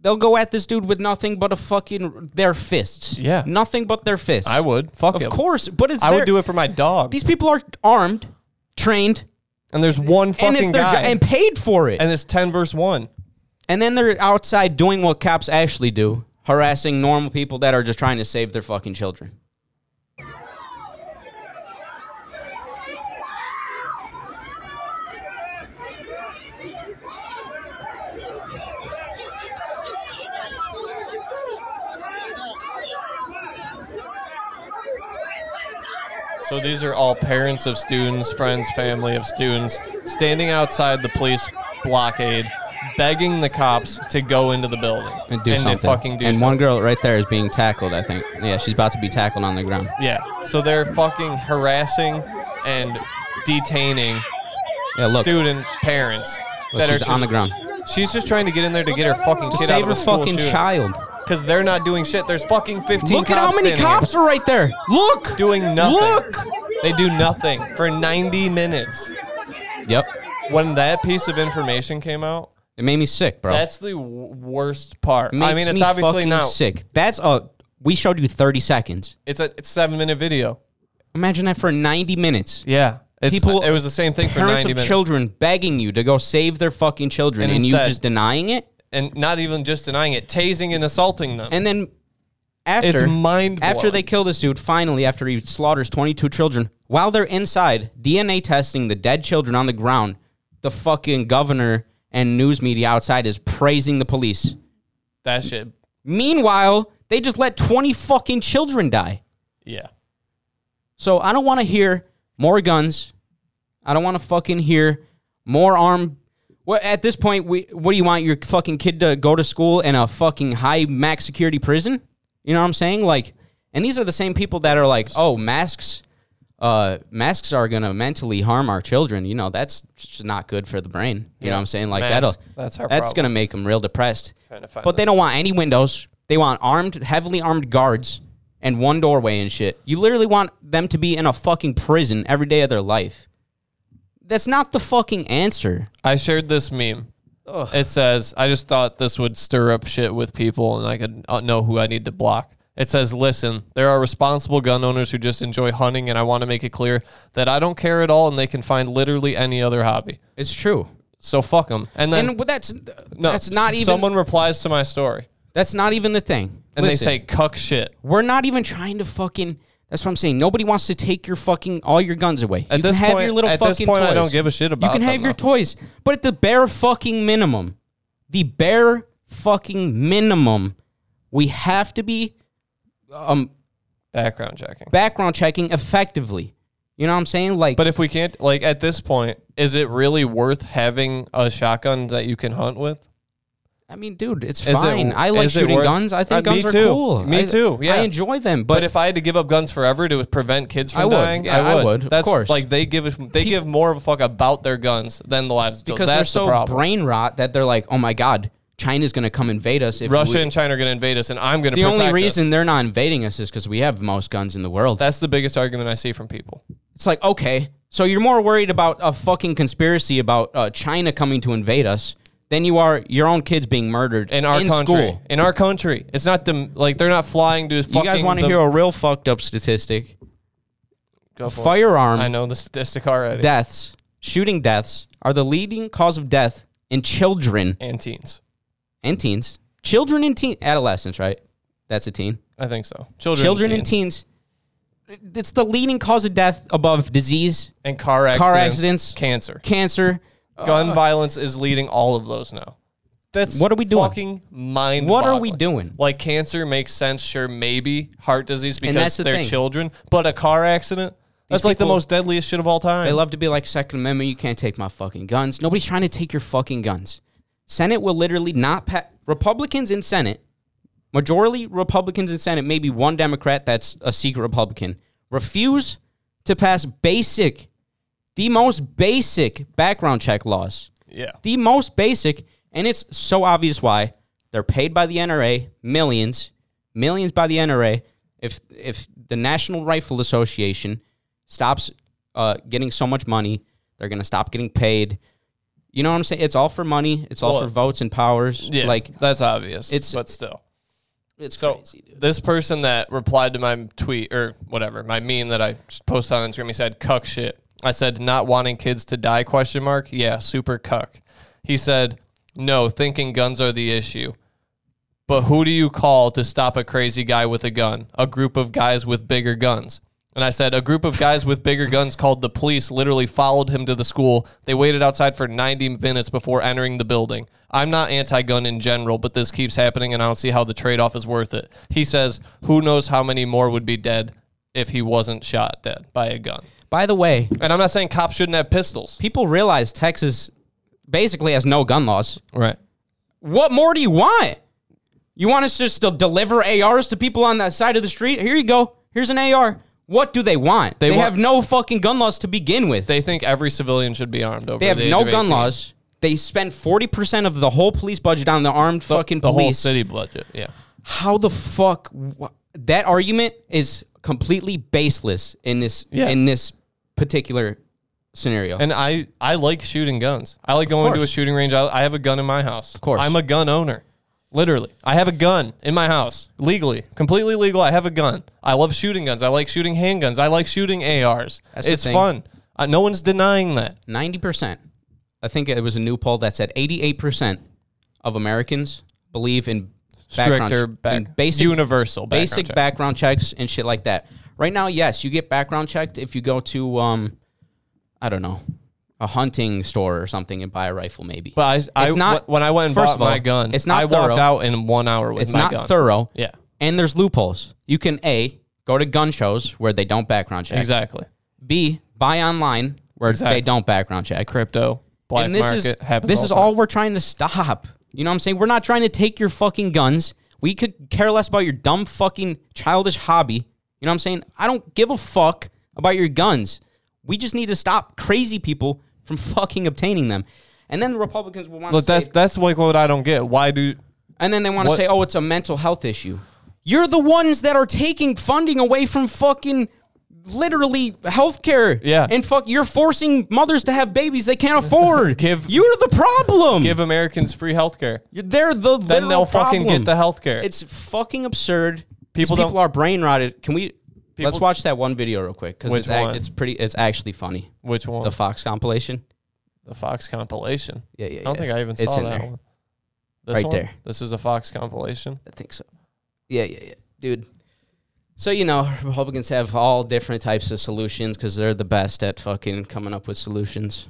Speaker 1: they'll go at this dude with nothing but a fucking their fists.
Speaker 2: Yeah.
Speaker 1: nothing but their fists.
Speaker 2: I would. Fuck
Speaker 1: Of
Speaker 2: him.
Speaker 1: course, but it's
Speaker 2: I
Speaker 1: their,
Speaker 2: would do it for my dog.
Speaker 1: These people are armed, trained,
Speaker 2: and there's one fucking
Speaker 1: and it's their
Speaker 2: guy,
Speaker 1: jo- and paid for it. And,
Speaker 2: and it's ten verse one.
Speaker 1: then they're outside doing what cops actually do, harassing normal people that are just trying to save their fucking children.
Speaker 2: So these are all parents of students, friends, family of students standing outside the police blockade, begging the cops to go into the building
Speaker 1: And do
Speaker 2: and
Speaker 1: something.
Speaker 2: They fucking do
Speaker 1: and
Speaker 2: something.
Speaker 1: one girl right there is being tackled, I think. Yeah, she's about to be tackled on the ground.
Speaker 2: yeah. So they're fucking harassing and detaining
Speaker 1: Yeah, look.
Speaker 2: student parents
Speaker 1: Look, she's
Speaker 2: just,
Speaker 1: on the ground.
Speaker 2: She's just trying to get in there to get her fucking
Speaker 1: To
Speaker 2: kid out
Speaker 1: save
Speaker 2: of
Speaker 1: her
Speaker 2: a school
Speaker 1: fucking child.
Speaker 2: because they're not doing shit. There's fucking 15
Speaker 1: Look at how
Speaker 2: cops
Speaker 1: many
Speaker 2: standing here
Speaker 1: cops are right there. Look.
Speaker 2: doing nothing.
Speaker 1: Look.
Speaker 2: They do nothing for 90 minutes.
Speaker 1: Yep.
Speaker 2: When that piece of information came out,
Speaker 1: It made me sick, bro.
Speaker 2: That's the w- worst part.
Speaker 1: It makes
Speaker 2: I mean, it's
Speaker 1: me
Speaker 2: obviously
Speaker 1: fucking
Speaker 2: not.
Speaker 1: sick. That's a. We showed you 30 seconds.
Speaker 2: It's a it's seven minute video.
Speaker 1: Imagine that for 90 minutes.
Speaker 2: Yeah, it's,
Speaker 1: People-
Speaker 2: It was the same thing for
Speaker 1: parents
Speaker 2: ninety
Speaker 1: of
Speaker 2: minutes,
Speaker 1: children begging you to go save their fucking children
Speaker 2: And
Speaker 1: and, you
Speaker 2: instead-
Speaker 1: just denying it
Speaker 2: and not even just denying it, tasing and assaulting them.
Speaker 1: and then after
Speaker 2: It's mind
Speaker 1: after
Speaker 2: blowing.
Speaker 1: they kill this dude finally after he slaughters 22 children while they're inside dna testing the dead children on the ground the fucking governor and news media outside is praising the police
Speaker 2: that shit.
Speaker 1: meanwhile they just let 20 fucking children die
Speaker 2: Yeah,
Speaker 1: So I don't want to hear more guns. I don't want to fucking hear more arm. What at this point? We what do you want your fucking kid to go to school in a fucking high max security prison? You know what I'm saying? Like, and these are the same people that are like, oh, masks, uh, masks are gonna mentally harm our children. You know that's just not good for the brain. You know what I'm saying? Like
Speaker 2: Masks.
Speaker 1: that'll
Speaker 2: That's our
Speaker 1: that's
Speaker 2: problem.
Speaker 1: gonna make them real depressed.
Speaker 2: Trying to find
Speaker 1: But they
Speaker 2: this.
Speaker 1: don't want any windows. They want armed, heavily armed guards and one doorway and shit. You literally want them to be in a fucking prison every day of their life. That's not the fucking answer.
Speaker 2: I shared this meme. It says, "I just thought this would stir up shit with people, and I could uh, know who I need to block." It says, "Listen, there are responsible gun owners who just enjoy hunting, and I want to make it clear that I don't care at all, and they can find literally any other hobby.
Speaker 1: It's true.
Speaker 2: So fuck them." And then
Speaker 1: And wh- that's
Speaker 2: No,
Speaker 1: that's not
Speaker 2: s-
Speaker 1: even
Speaker 2: Someone replies to my story
Speaker 1: that's not even the thing.
Speaker 2: and
Speaker 1: Listen,
Speaker 2: they say cuck shit.
Speaker 1: we're not even trying to fucking. That's what I'm saying. Nobody wants to take your fucking all your guns away.
Speaker 2: At
Speaker 1: you
Speaker 2: this
Speaker 1: can have
Speaker 2: point-
Speaker 1: your little
Speaker 2: at this
Speaker 1: fucking
Speaker 2: point, I
Speaker 1: toys.
Speaker 2: don't give a shit about
Speaker 1: You can
Speaker 2: them,
Speaker 1: have your
Speaker 2: though.
Speaker 1: toys, but at the bare fucking minimum, the bare fucking minimum, we have to be um
Speaker 2: Background checking.
Speaker 1: background checking effectively. You know what I'm saying? Like,
Speaker 2: But if we can't, like at this point, is it really worth having a shotgun that you can hunt with?
Speaker 1: I mean, dude, it's
Speaker 2: Is it-
Speaker 1: fine. I like
Speaker 2: is it
Speaker 1: shooting
Speaker 2: worth-
Speaker 1: guns. I think
Speaker 2: Uh, me
Speaker 1: guns are
Speaker 2: too.
Speaker 1: cool.
Speaker 2: Me
Speaker 1: I-
Speaker 2: too, yeah.
Speaker 1: I enjoy them. But,
Speaker 2: But if I had to give up guns forever to prevent kids from
Speaker 1: I would.
Speaker 2: dying,
Speaker 1: Yeah, I
Speaker 2: I would.
Speaker 1: would, of
Speaker 2: That's
Speaker 1: course.
Speaker 2: like they give us they give more of a fuck about their guns than the lives.
Speaker 1: because
Speaker 2: that's
Speaker 1: they're so
Speaker 2: the problem.
Speaker 1: brain rot that they're like, oh my god, China's gonna come invade us. If
Speaker 2: Russia
Speaker 1: we-
Speaker 2: and China are going to invade us, and I'm going to.
Speaker 1: the only reason
Speaker 2: us.
Speaker 1: they're not invading us is because we have the most guns in the world.
Speaker 2: that's the biggest argument I see from people.
Speaker 1: it's like okay, so you're more worried about a fucking conspiracy about uh, China coming to invade us than you are your own kids being murdered
Speaker 2: in our
Speaker 1: in
Speaker 2: country.
Speaker 1: school.
Speaker 2: In our country, it's not dem- like they're not flying to.
Speaker 1: You guys want to hear a real fucked up statistic?
Speaker 2: go for it.
Speaker 1: Firearm
Speaker 2: I know the statistic already.
Speaker 1: deaths, shooting deaths, are the leading cause of death in children
Speaker 2: and teens,
Speaker 1: and teens. Children and teen adolescents, right? That's a teen.
Speaker 2: I think so. Children,
Speaker 1: Children and teens. It's the leading cause of death above disease,
Speaker 2: and car accidents,
Speaker 1: Car accidents.
Speaker 2: cancer,
Speaker 1: cancer.
Speaker 2: gun violence is leading all of those now. That's
Speaker 1: Uh. What are we doing?
Speaker 2: Fucking mind.
Speaker 1: What are we doing?
Speaker 2: Like cancer makes sense, sure, maybe heart disease because
Speaker 1: that's the
Speaker 2: they're
Speaker 1: thing.
Speaker 2: children, but a car accident. That's like the
Speaker 1: people-
Speaker 2: most deadliest shit of all time.
Speaker 1: They love to be like Second Amendment. You can't take my fucking guns. Nobody's trying to take your fucking guns. Senate will literally not pass. Republicans in Senate, majority Republicans in Senate, maybe one Democrat that's a secret Republican, refuse to pass basic, the most basic background check laws.
Speaker 2: yeah.
Speaker 1: The most basic, and it's so obvious why they're paid by the NRA millions, millions by the NRA. If if the National Rifle Association stops uh, getting so much money, they're gonna stop getting paid. You know what I'm saying? It's all for money. It's all
Speaker 2: Well,
Speaker 1: for votes and powers.
Speaker 2: Yeah,
Speaker 1: Like
Speaker 2: that's obvious.
Speaker 1: it's-
Speaker 2: It's but still.
Speaker 1: it's
Speaker 2: So
Speaker 1: crazy, dude.
Speaker 2: this person that replied to my tweet or whatever my meme that I posted on Instagram, he said "cuck shit." I said not wanting kids to die? Question mark. Yeah, super cuck. He said no, thinking guns are the issue. But who do you call to stop a crazy guy with a gun? A group of guys with bigger guns. And I said, a group of guys with bigger guns called the police literally followed him to the school. They waited outside for 90 minutes before entering the building. I'm not anti gun in general, but this keeps happening and I don't see how the trade off is worth it. He says, who knows how many more would be dead if he wasn't shot dead by a gun.
Speaker 1: By the way,
Speaker 2: And I'm not saying cops shouldn't have pistols.
Speaker 1: people realize Texas basically has no gun laws.
Speaker 2: Right.
Speaker 1: What more do you want? You want us just to deliver ARs to people on the side of the street? Here you go. Here's an AR. What do they want? They,
Speaker 2: want-
Speaker 1: have no fucking gun laws to begin with. They,
Speaker 2: They think every civilian should be armed over
Speaker 1: have
Speaker 2: the age
Speaker 1: no
Speaker 2: of
Speaker 1: gun
Speaker 2: 18.
Speaker 1: laws. They spend 40% of the whole police budget on the armed fucking
Speaker 2: The whole
Speaker 1: police.
Speaker 2: city budget. Yeah.
Speaker 1: How the fuck wha- that argument is completely baseless in this
Speaker 2: Yeah.
Speaker 1: in this particular scenario.
Speaker 2: And I, I like shooting guns. I like going to a
Speaker 1: course.
Speaker 2: shooting range. I, I have a gun in my house. Of
Speaker 1: course.
Speaker 2: I'm a gun owner. Literally. I have a gun in my house. Legally. Completely legal. I have a gun. I love shooting guns. I like shooting handguns. I like shooting ARs.
Speaker 1: That's the
Speaker 2: it's
Speaker 1: thing.
Speaker 2: fun. Uh, no one's denying that.
Speaker 1: 90%. I think it was a new poll that said 88% of Americans believe in background
Speaker 2: Stricter
Speaker 1: in
Speaker 2: back,
Speaker 1: basic
Speaker 2: universal background
Speaker 1: basic
Speaker 2: checks.
Speaker 1: background checks and shit like that. Right now, yes, you get background checked if you go to um, I don't know, a hunting store or something and buy a rifle, maybe.
Speaker 2: But I,
Speaker 1: It's
Speaker 2: I-
Speaker 1: not-
Speaker 2: when I went and
Speaker 1: first
Speaker 2: bought
Speaker 1: of all,
Speaker 2: my gun,
Speaker 1: it's not
Speaker 2: I
Speaker 1: thorough.
Speaker 2: walked out in one hour with
Speaker 1: it's
Speaker 2: my
Speaker 1: not
Speaker 2: gun.
Speaker 1: thorough.
Speaker 2: Yeah.
Speaker 1: and there's loopholes. You can a go to gun shows where they don't background check.
Speaker 2: Exactly.
Speaker 1: B buy online where
Speaker 2: Exactly.
Speaker 1: they don't background check.
Speaker 2: Crypto, black
Speaker 1: and this
Speaker 2: market
Speaker 1: is
Speaker 2: happens
Speaker 1: this
Speaker 2: all
Speaker 1: is
Speaker 2: the time.
Speaker 1: all we're trying to stop. You know what I'm saying? We're not trying to take your fucking guns. We could care less about your dumb fucking childish hobby. You know what I'm saying? I don't give a fuck about your guns. We just need to stop crazy people from fucking obtaining them. And then the Republicans will want to
Speaker 2: Look,
Speaker 1: say,
Speaker 2: that's that's like what I don't get. Why do
Speaker 1: and then they want to
Speaker 2: what-
Speaker 1: say, "Oh, it's a mental health issue." You're the ones that are taking funding away from fucking literally healthcare.
Speaker 2: Yeah.
Speaker 1: and fuck, you're forcing mothers to have babies they can't afford.
Speaker 2: Give-
Speaker 1: you're the problem.
Speaker 2: give Americans free health care?
Speaker 1: You're- They're the
Speaker 2: Then they'll fucking get the health care.
Speaker 1: It's fucking absurd. People,
Speaker 2: People don't-
Speaker 1: people are brain rotted. Can we?
Speaker 2: People-
Speaker 1: let's watch that one video real quick because
Speaker 2: Which
Speaker 1: it's, ac-
Speaker 2: one?
Speaker 1: it's pretty. It's actually funny.
Speaker 2: Which one?
Speaker 1: The Fox compilation.
Speaker 2: The Fox compilation.
Speaker 1: Yeah, yeah.
Speaker 2: I don't
Speaker 1: yeah.
Speaker 2: think I even
Speaker 1: It's
Speaker 2: saw
Speaker 1: in
Speaker 2: that
Speaker 1: there.
Speaker 2: one. This
Speaker 1: Right
Speaker 2: one?
Speaker 1: there.
Speaker 2: This is a Fox compilation.
Speaker 1: I think so. Yeah, yeah, yeah, dude. So you know, Republicans have all different types of solutions because they're the best at fucking coming up with solutions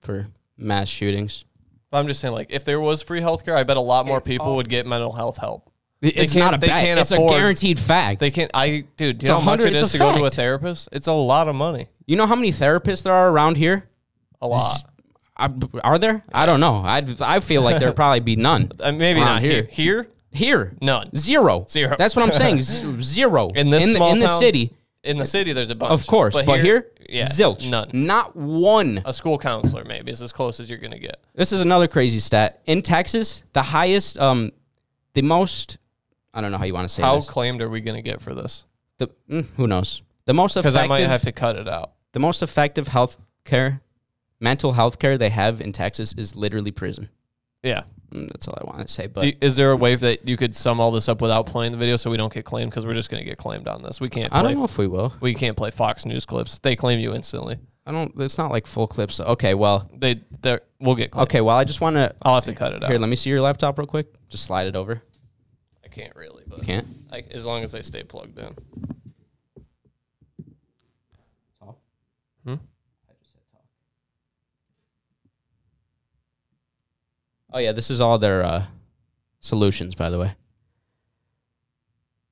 Speaker 1: for mass shootings.
Speaker 2: I'm just saying, like, if there was free healthcare, I bet a lot more people would get mental health help.
Speaker 1: It's
Speaker 2: can't-
Speaker 1: not a
Speaker 2: they
Speaker 1: bet.
Speaker 2: can't
Speaker 1: It's
Speaker 2: afford-
Speaker 1: a guaranteed fact.
Speaker 2: They can't. I dude, do
Speaker 1: It's
Speaker 2: you
Speaker 1: a
Speaker 2: know how much
Speaker 1: hundred-
Speaker 2: it is
Speaker 1: it's
Speaker 2: to
Speaker 1: a
Speaker 2: go to a
Speaker 1: fact.
Speaker 2: therapist? It's a lot of money.
Speaker 1: you know how many therapists there are around here?
Speaker 2: A lot.
Speaker 1: I, are there? I don't know. I I feel like there'd probably be none.
Speaker 2: Uh, maybe
Speaker 1: Around
Speaker 2: not here. Here,
Speaker 1: Here,
Speaker 2: None.
Speaker 1: zero,
Speaker 2: Zero.
Speaker 1: That's what I'm saying. Z- zero
Speaker 2: In this
Speaker 1: in, the-
Speaker 2: small
Speaker 1: in the
Speaker 2: town?
Speaker 1: city,
Speaker 2: in the city, there's a bunch.
Speaker 1: of course. But, here,
Speaker 2: yeah,
Speaker 1: zilch,
Speaker 2: None. Uh,
Speaker 1: Not one.
Speaker 2: A school counselor maybe is as close as you're gonna get.
Speaker 1: This is another crazy stat. In Texas, the highest, um, the most. I don't know how you want to say
Speaker 2: How
Speaker 1: this.
Speaker 2: claimed are we gonna get for this?
Speaker 1: the, mm, who knows? The most
Speaker 2: Because
Speaker 1: effective.
Speaker 2: I might have to cut it out.
Speaker 1: the most effective health care, mental health care they have in Texas is literally prison.
Speaker 2: Yeah.
Speaker 1: Mm, That's all I want to say. But
Speaker 2: Do you- is there a way that you could sum all this up without playing the video so we don't get claimed? Because we're just gonna get claimed on this. We can't. Play,
Speaker 1: I don't know if we will.
Speaker 2: We can't play Fox News clips. They claim you instantly.
Speaker 1: I don't. It's not like full clips. Okay. Well.
Speaker 2: They they we'll get claimed.
Speaker 1: Okay. Well, I just want to.
Speaker 2: I'll have to cut it out.
Speaker 1: Here, let me see your laptop real quick. Just slide it over.
Speaker 2: I can't really, but
Speaker 1: Can't.
Speaker 2: I, as long as they stay plugged in. Hmm?
Speaker 1: Oh yeah, this is all their uh, solutions, by the way.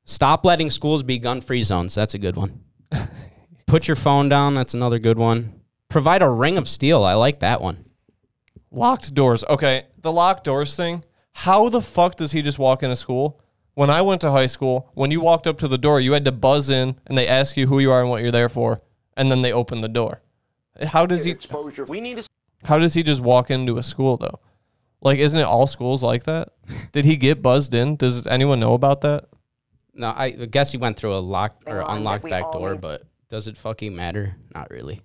Speaker 1: Stop letting schools be gun-free zones. That's a good one. Put your phone down. That's another good one. Provide a ring of steel. I like that one.
Speaker 2: Locked doors. Okay, the locked doors thing. How the fuck does he just walk into school? When I went to high school, when you walked up to the door, you had to buzz in and they ask you who you are and what you're there for, and then they open the door. How does he exposure? We need How does he just walk into a school though? Like, isn't it all schools like that? Did he get buzzed in? Does anyone know about that?
Speaker 1: No, I guess he went through a locked or unlocked back door, but does it fucking matter? Not really.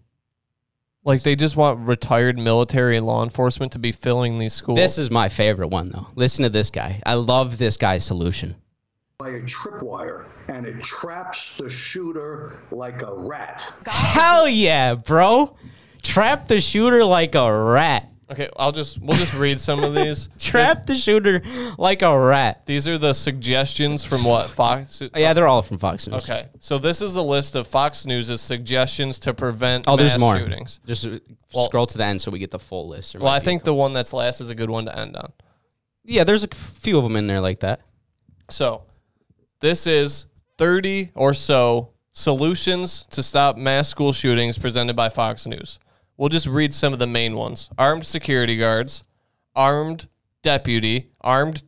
Speaker 2: Like, they just want retired military and law enforcement to be filling these schools.
Speaker 1: This is my favorite one though. Listen to this guy. I love this guy's solution.
Speaker 9: by a tripwire and it traps the shooter like a rat.
Speaker 1: Hell yeah, bro. Trap the shooter like a rat.
Speaker 2: okay, I'll just we'll just read some of these.
Speaker 1: Trap the shooter like a rat.
Speaker 2: These are the suggestions from what Fox.
Speaker 1: Oh, yeah, they're all from Fox News.
Speaker 2: Okay, so this is a list of Fox News' suggestions to prevent
Speaker 1: Oh, there's
Speaker 2: mass
Speaker 1: more.
Speaker 2: shootings.
Speaker 1: Just uh,
Speaker 2: Well-
Speaker 1: scroll to the end so we get the full list. There
Speaker 2: Well,
Speaker 1: might
Speaker 2: I
Speaker 1: be a
Speaker 2: think
Speaker 1: couple-
Speaker 2: the one that's last is a good one to end on.
Speaker 1: yeah, there's a few of them in there like that.
Speaker 2: So, this is 30 or so solutions to stop mass school shootings presented by Fox News. We'll just read some of the main ones armed security guards, armed deputy, armed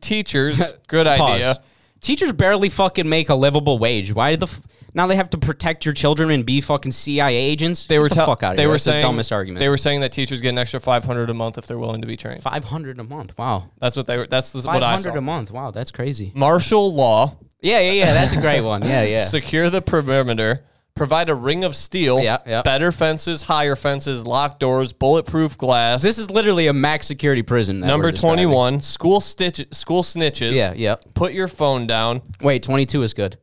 Speaker 2: teachers. Good
Speaker 1: Pause.
Speaker 2: idea.
Speaker 1: Teachers barely fucking make a livable wage. Why the f- now they have to protect your children and be fucking CIA agents?
Speaker 2: They were
Speaker 1: Get the
Speaker 2: tell-
Speaker 1: fuck out of
Speaker 2: they
Speaker 1: here.
Speaker 2: were
Speaker 1: That's
Speaker 2: saying
Speaker 1: the dumbest argument.
Speaker 2: They were saying that teachers get an extra 500 a month if they're willing to be trained.
Speaker 1: five hundred a month. Wow,
Speaker 2: That's what they were. That's the,
Speaker 1: five
Speaker 2: what I saw.
Speaker 1: hundred a month. Wow, that's crazy.
Speaker 2: Martial law,
Speaker 1: Yeah, yeah, yeah. That's a great one. Yeah, yeah.
Speaker 2: secure the perimeter, provide a ring of steel,
Speaker 1: Yeah, yeah.
Speaker 2: better fences, higher fences, locked doors, bulletproof glass.
Speaker 1: This is literally a max security prison. that
Speaker 2: number
Speaker 1: we're describing.
Speaker 2: 21. School stitch, school snitches.
Speaker 1: Yeah, yeah.
Speaker 2: Put your phone down.
Speaker 1: Wait, twenty two is good.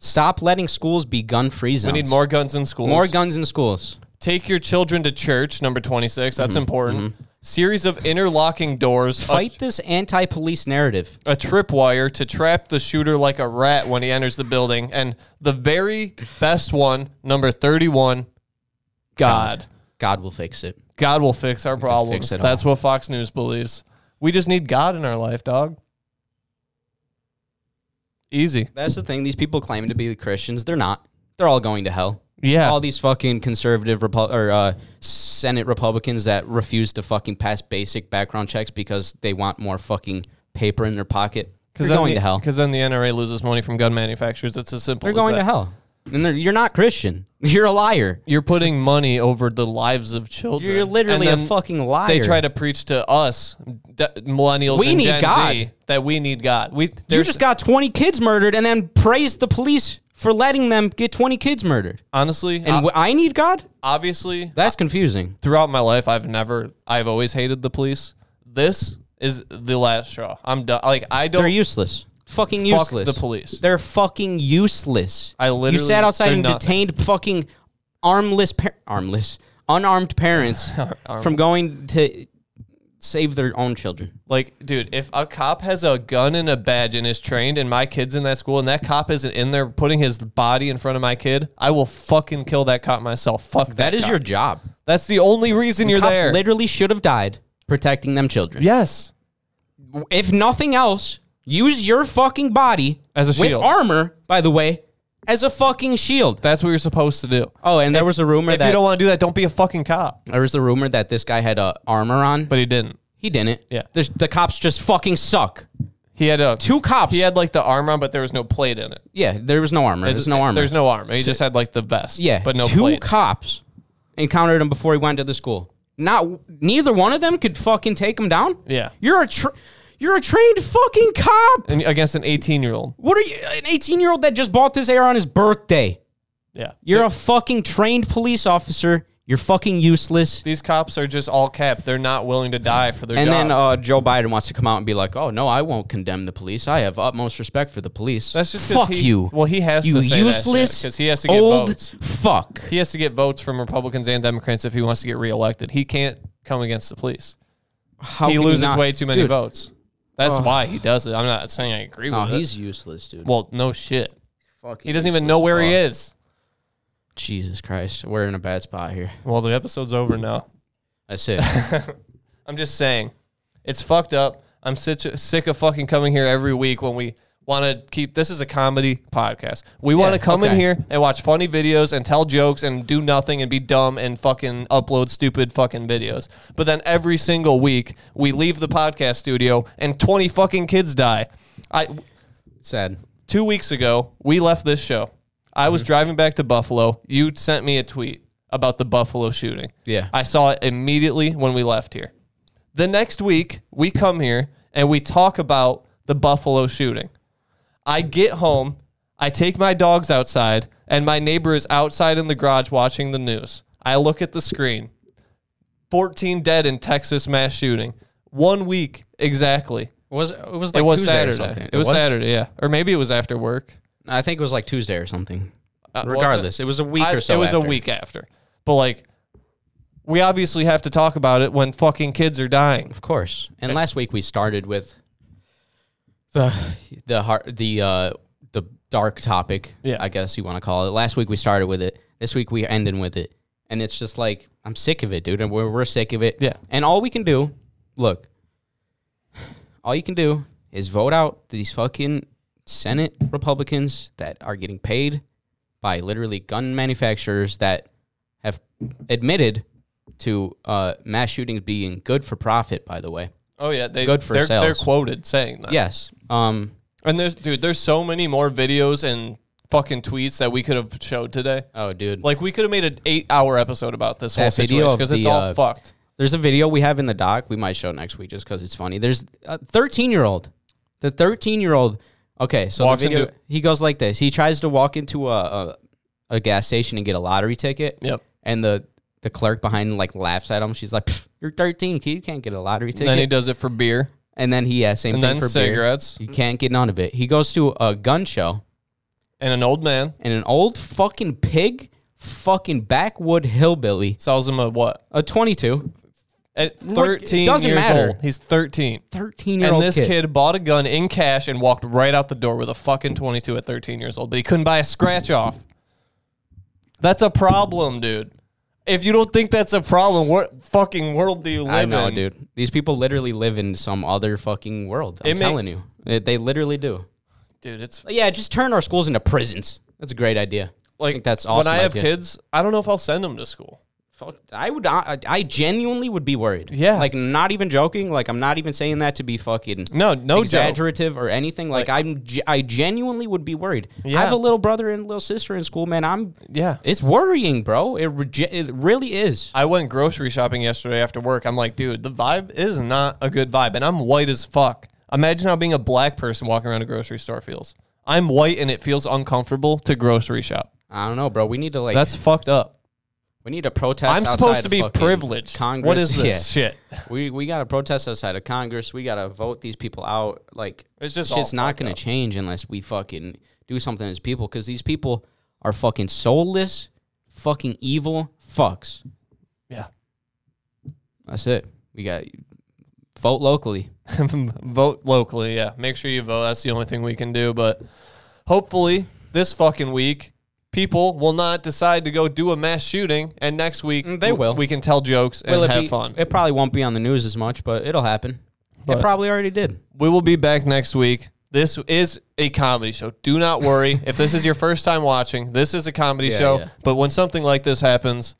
Speaker 1: Stop letting schools be gun free zones.
Speaker 2: We need more guns in schools.
Speaker 1: more guns in schools.
Speaker 2: Take your children to church. Number 26. That's important. Series of interlocking doors. a-
Speaker 1: Mm-hmm, Fight this anti police narrative.
Speaker 2: a tripwire to trap the shooter like a rat when he enters the building. And the very best one, number 31, God.
Speaker 1: God will fix it.
Speaker 2: God will fix our problems.
Speaker 1: it
Speaker 2: That's what Fox News believes. We just need God in our life, dog. Easy.
Speaker 1: That's the thing. These people claim to be Christians. They're not. They're all going to hell.
Speaker 2: Yeah.
Speaker 1: All these fucking conservative Repu- or uh, Senate Republicans that refuse to fucking pass basic background checks because they want more fucking paper in their pocket. They're
Speaker 2: then
Speaker 1: going
Speaker 2: the,
Speaker 1: to hell.
Speaker 2: Because then the NRA loses money from gun manufacturers. It's as simple
Speaker 1: They're
Speaker 2: as
Speaker 1: going
Speaker 2: that.
Speaker 1: to hell. And they're, you're not Christian. You're a liar.
Speaker 2: You're putting money over the lives of children.
Speaker 1: You're literally
Speaker 2: And
Speaker 1: a
Speaker 2: then
Speaker 1: fucking liar.
Speaker 2: They try to preach to us, de- millennials,
Speaker 1: We
Speaker 2: and
Speaker 1: need
Speaker 2: Gen
Speaker 1: God.
Speaker 2: Z, that we need God. We
Speaker 1: You
Speaker 2: there's-
Speaker 1: just got 20 kids murdered and then praised the police for letting them get 20 kids murdered.
Speaker 2: honestly,
Speaker 1: And wh- I need God?
Speaker 2: obviously
Speaker 1: That's confusing.
Speaker 2: throughout my life I've never I've always hated the police. This is the last straw. I'm done. Like I
Speaker 1: They're
Speaker 2: don't
Speaker 1: useless. Fucking
Speaker 2: Fuck
Speaker 1: useless.
Speaker 2: the police.
Speaker 1: They're fucking useless.
Speaker 2: I
Speaker 1: You
Speaker 2: literally-
Speaker 1: sat outside
Speaker 2: they're
Speaker 1: and
Speaker 2: nothing.
Speaker 1: detained fucking armless, par- armless, unarmed parents from going to save their own children.
Speaker 2: like dude, if a cop has a gun and a badge and is trained and my kids in that school and that cop isn't in there putting his body in front of my kid, I will fucking kill that cop myself. Fuck that.
Speaker 1: That is
Speaker 2: cop.
Speaker 1: your job.
Speaker 2: That's the only reason you're
Speaker 1: Cops
Speaker 2: there.
Speaker 1: literally should have died protecting them children.
Speaker 2: yes.
Speaker 1: if nothing else, use your fucking body
Speaker 2: As a
Speaker 1: with
Speaker 2: shield.
Speaker 1: armor. By the way, as a fucking shield.
Speaker 2: That's what you're supposed to do.
Speaker 1: Oh, and there was a rumor
Speaker 2: If
Speaker 1: that
Speaker 2: you don't want to do that, don't be a fucking cop.
Speaker 1: there was the rumor that this guy had uh, armor on, but
Speaker 2: But he didn't.
Speaker 1: he didn't.
Speaker 2: Yeah.
Speaker 1: the, the cops just fucking suck.
Speaker 2: He had a
Speaker 1: Two cops.
Speaker 2: He had like the armor on, but there was no plate in it.
Speaker 1: yeah, there was no armor. There's no armor.
Speaker 2: There's no armor. He just had like the vest.
Speaker 1: Yeah,
Speaker 2: but no
Speaker 1: two
Speaker 2: plates.
Speaker 1: cops encountered him before he went to the school. Not neither one of them could fucking take him down.
Speaker 2: Yeah.
Speaker 1: you're a tra- you're a trained fucking cop.
Speaker 2: And against an 18 year old.
Speaker 1: What are you? An eighteen year old that just bought this air on his birthday.
Speaker 2: Yeah,
Speaker 1: You're a fucking trained police officer. You're fucking useless.
Speaker 2: These cops are just all capped. They're not willing to die for their
Speaker 1: And
Speaker 2: job.
Speaker 1: then uh, Joe Biden wants to come out and be like, "Oh no, I won't condemn the police. I have utmost respect for the police."
Speaker 2: That's just 'cause
Speaker 1: fuck
Speaker 2: he-
Speaker 1: you.
Speaker 2: well, he has
Speaker 1: you
Speaker 2: to say that shit,
Speaker 1: useless
Speaker 2: 'cause he has to get
Speaker 1: old
Speaker 2: votes.
Speaker 1: fuck.
Speaker 2: he has to get votes from Republicans and Democrats if he wants to get reelected. He can't come against the police.
Speaker 1: How
Speaker 2: he
Speaker 1: can you
Speaker 2: loses
Speaker 1: not-
Speaker 2: way too many
Speaker 1: Dude,
Speaker 2: votes. That's why he does it. I'm not saying I agree
Speaker 1: No,
Speaker 2: with
Speaker 1: he's
Speaker 2: it.
Speaker 1: useless, dude.
Speaker 2: Well, no shit.
Speaker 1: Fucking
Speaker 2: He doesn't even know where he
Speaker 1: fuck.
Speaker 2: is.
Speaker 1: Jesus Christ, we're in a bad spot here.
Speaker 2: Well, the episode's over now.
Speaker 1: That's it.
Speaker 2: I'm just saying, it's fucked up. I'm situ- sick of fucking coming here every week when we want to keep. This is a comedy podcast. We want to come in
Speaker 1: okay.
Speaker 2: here and watch funny videos and tell jokes and do nothing and be dumb and fucking upload stupid fucking videos. But then every single week we leave the podcast studio and 20 fucking kids die. I
Speaker 1: Sad. Mm-hmm.
Speaker 2: two weeks ago, we left this show. I was driving back to Buffalo. You sent me a tweet about the Buffalo shooting.
Speaker 1: Yeah.
Speaker 2: I saw it immediately when we left here. The next week, we come here and we talk about the Buffalo shooting. I get home, I take my dogs outside, and my neighbor is outside in the garage watching the news. I look at the screen 14 dead in Texas mass shooting. One week exactly.
Speaker 1: Was it was
Speaker 2: It
Speaker 1: like
Speaker 2: was
Speaker 1: Tuesday
Speaker 2: Saturday.
Speaker 1: or something?
Speaker 2: It, was, Saturday, yeah. Or maybe it was after work.
Speaker 1: I think it was like Tuesday or something.
Speaker 2: Uh, was
Speaker 1: Regardless, it was a week
Speaker 2: I-
Speaker 1: or so.
Speaker 2: It was a
Speaker 1: after.
Speaker 2: week after. But like, we obviously have to talk about it when fucking kids are dying.
Speaker 1: Of course. And last week we started with the the heart the uh the dark topic,
Speaker 2: Yeah.
Speaker 1: I guess you want to call it. Last week we started with it. This week we ended with it. And it's just like I'm sick of it, dude. And we're, we're sick of it.
Speaker 2: Yeah.
Speaker 1: And all we can do, look, all you can do is vote out these fucking Senate Republicans that are getting paid by literally gun manufacturers that have admitted to uh, mass shootings being good for profit. By the way,
Speaker 2: Oh yeah, they
Speaker 1: Good for
Speaker 2: they're,
Speaker 1: sales.
Speaker 2: they're quoted saying that.
Speaker 1: yes. Um,
Speaker 2: and there's dude, there's so many more videos and fucking tweets that we could have showed today.
Speaker 1: oh, dude.
Speaker 2: Like we could have made an eight hour episode about this whole
Speaker 1: That video
Speaker 2: situation
Speaker 1: of
Speaker 2: because it's
Speaker 1: the,
Speaker 2: all
Speaker 1: uh,
Speaker 2: fucked.
Speaker 1: There's a video we have in the doc. We might show it next week just because it's funny. There's a 13 year old. The 13 year old. Okay, so
Speaker 2: Walks
Speaker 1: the video,
Speaker 2: into-
Speaker 1: he goes like this. He tries to walk into a, a a gas station and get a lottery ticket.
Speaker 2: Yep.
Speaker 1: And the the clerk behind him like laughs at him. She's like, "Pff, "You're 13, kid. You can't get a lottery ticket."
Speaker 2: And then he does it for beer
Speaker 1: And then he yeah, same
Speaker 2: and
Speaker 1: thing
Speaker 2: then
Speaker 1: for beer.
Speaker 2: cigarettes
Speaker 1: You can't get none of it. He goes to a gun show
Speaker 2: and an old man
Speaker 1: and an old fucking pig, fucking backwood hillbilly,
Speaker 2: sells him a what
Speaker 1: a 22, Like,
Speaker 2: at
Speaker 1: it
Speaker 2: thirteen
Speaker 1: doesn't
Speaker 2: years
Speaker 1: matter.
Speaker 2: old. He's thirteen.
Speaker 1: 13 year
Speaker 2: And
Speaker 1: old
Speaker 2: this kid. bought a gun in cash and walked right out the door with a fucking 22 at 13 years old, but he couldn't buy a scratch off. That's a problem, dude. If you don't think that's a problem, what fucking world do you live
Speaker 1: I know,
Speaker 2: in?
Speaker 1: dude. These people literally live in some other fucking world. I'm
Speaker 2: It ma-
Speaker 1: telling you, they, they literally do.
Speaker 2: Dude, it's
Speaker 1: But yeah, just turn our schools into prisons. That's a great idea. I
Speaker 2: like
Speaker 1: think that's awesome.
Speaker 2: When I have
Speaker 1: idea.
Speaker 2: kids, I don't know if I'll send them to school.
Speaker 1: Fuck, I would. I, I genuinely would be worried.
Speaker 2: Yeah.
Speaker 1: like not even joking. Like I'm not even saying that to be fucking
Speaker 2: No, no joke.
Speaker 1: exaggerative or anything. Like, I'm, ge- I genuinely would be worried. I
Speaker 2: Yeah.
Speaker 1: have a little brother and little sister in school, man. I'm.
Speaker 2: Yeah.
Speaker 1: It's worrying, bro. It, rege- it really is.
Speaker 2: I went grocery shopping yesterday after work. I'm like, dude, the vibe is not a good vibe, and I'm white as fuck. Imagine how being a black person walking around a grocery store feels. I'm white, and it feels uncomfortable to grocery shop.
Speaker 1: I don't know, bro. We need to like.
Speaker 2: That's fucked up.
Speaker 1: we need to protest.
Speaker 2: I'm
Speaker 1: outside
Speaker 2: supposed to
Speaker 1: of
Speaker 2: be
Speaker 1: fucking
Speaker 2: privileged.
Speaker 1: Congress.
Speaker 2: What is
Speaker 1: Yeah.
Speaker 2: this shit?
Speaker 1: We we gotta protest outside of Congress. We gotta vote these people out. Like
Speaker 2: It's just
Speaker 1: shit's
Speaker 2: all
Speaker 1: not
Speaker 2: fucked
Speaker 1: gonna
Speaker 2: up.
Speaker 1: change unless we fucking do something as people because these people are fucking soulless, fucking evil fucks.
Speaker 2: Yeah.
Speaker 1: That's it. We got vote locally.
Speaker 2: vote locally. Yeah, make sure you vote. That's the only thing we can do. But hopefully, this fucking week, people will not decide to go do a mass shooting, and next week
Speaker 1: Mm, they will.
Speaker 2: We can tell jokes and
Speaker 1: Will it
Speaker 2: have
Speaker 1: be-
Speaker 2: fun.
Speaker 1: It probably won't be on the news as much, but it'll happen.
Speaker 2: But-
Speaker 1: it probably already did.
Speaker 2: we will be back next week. This is a comedy show. Do not worry. if this is your first time watching, this is a comedy show.
Speaker 1: yeah.
Speaker 2: But when something like this happens,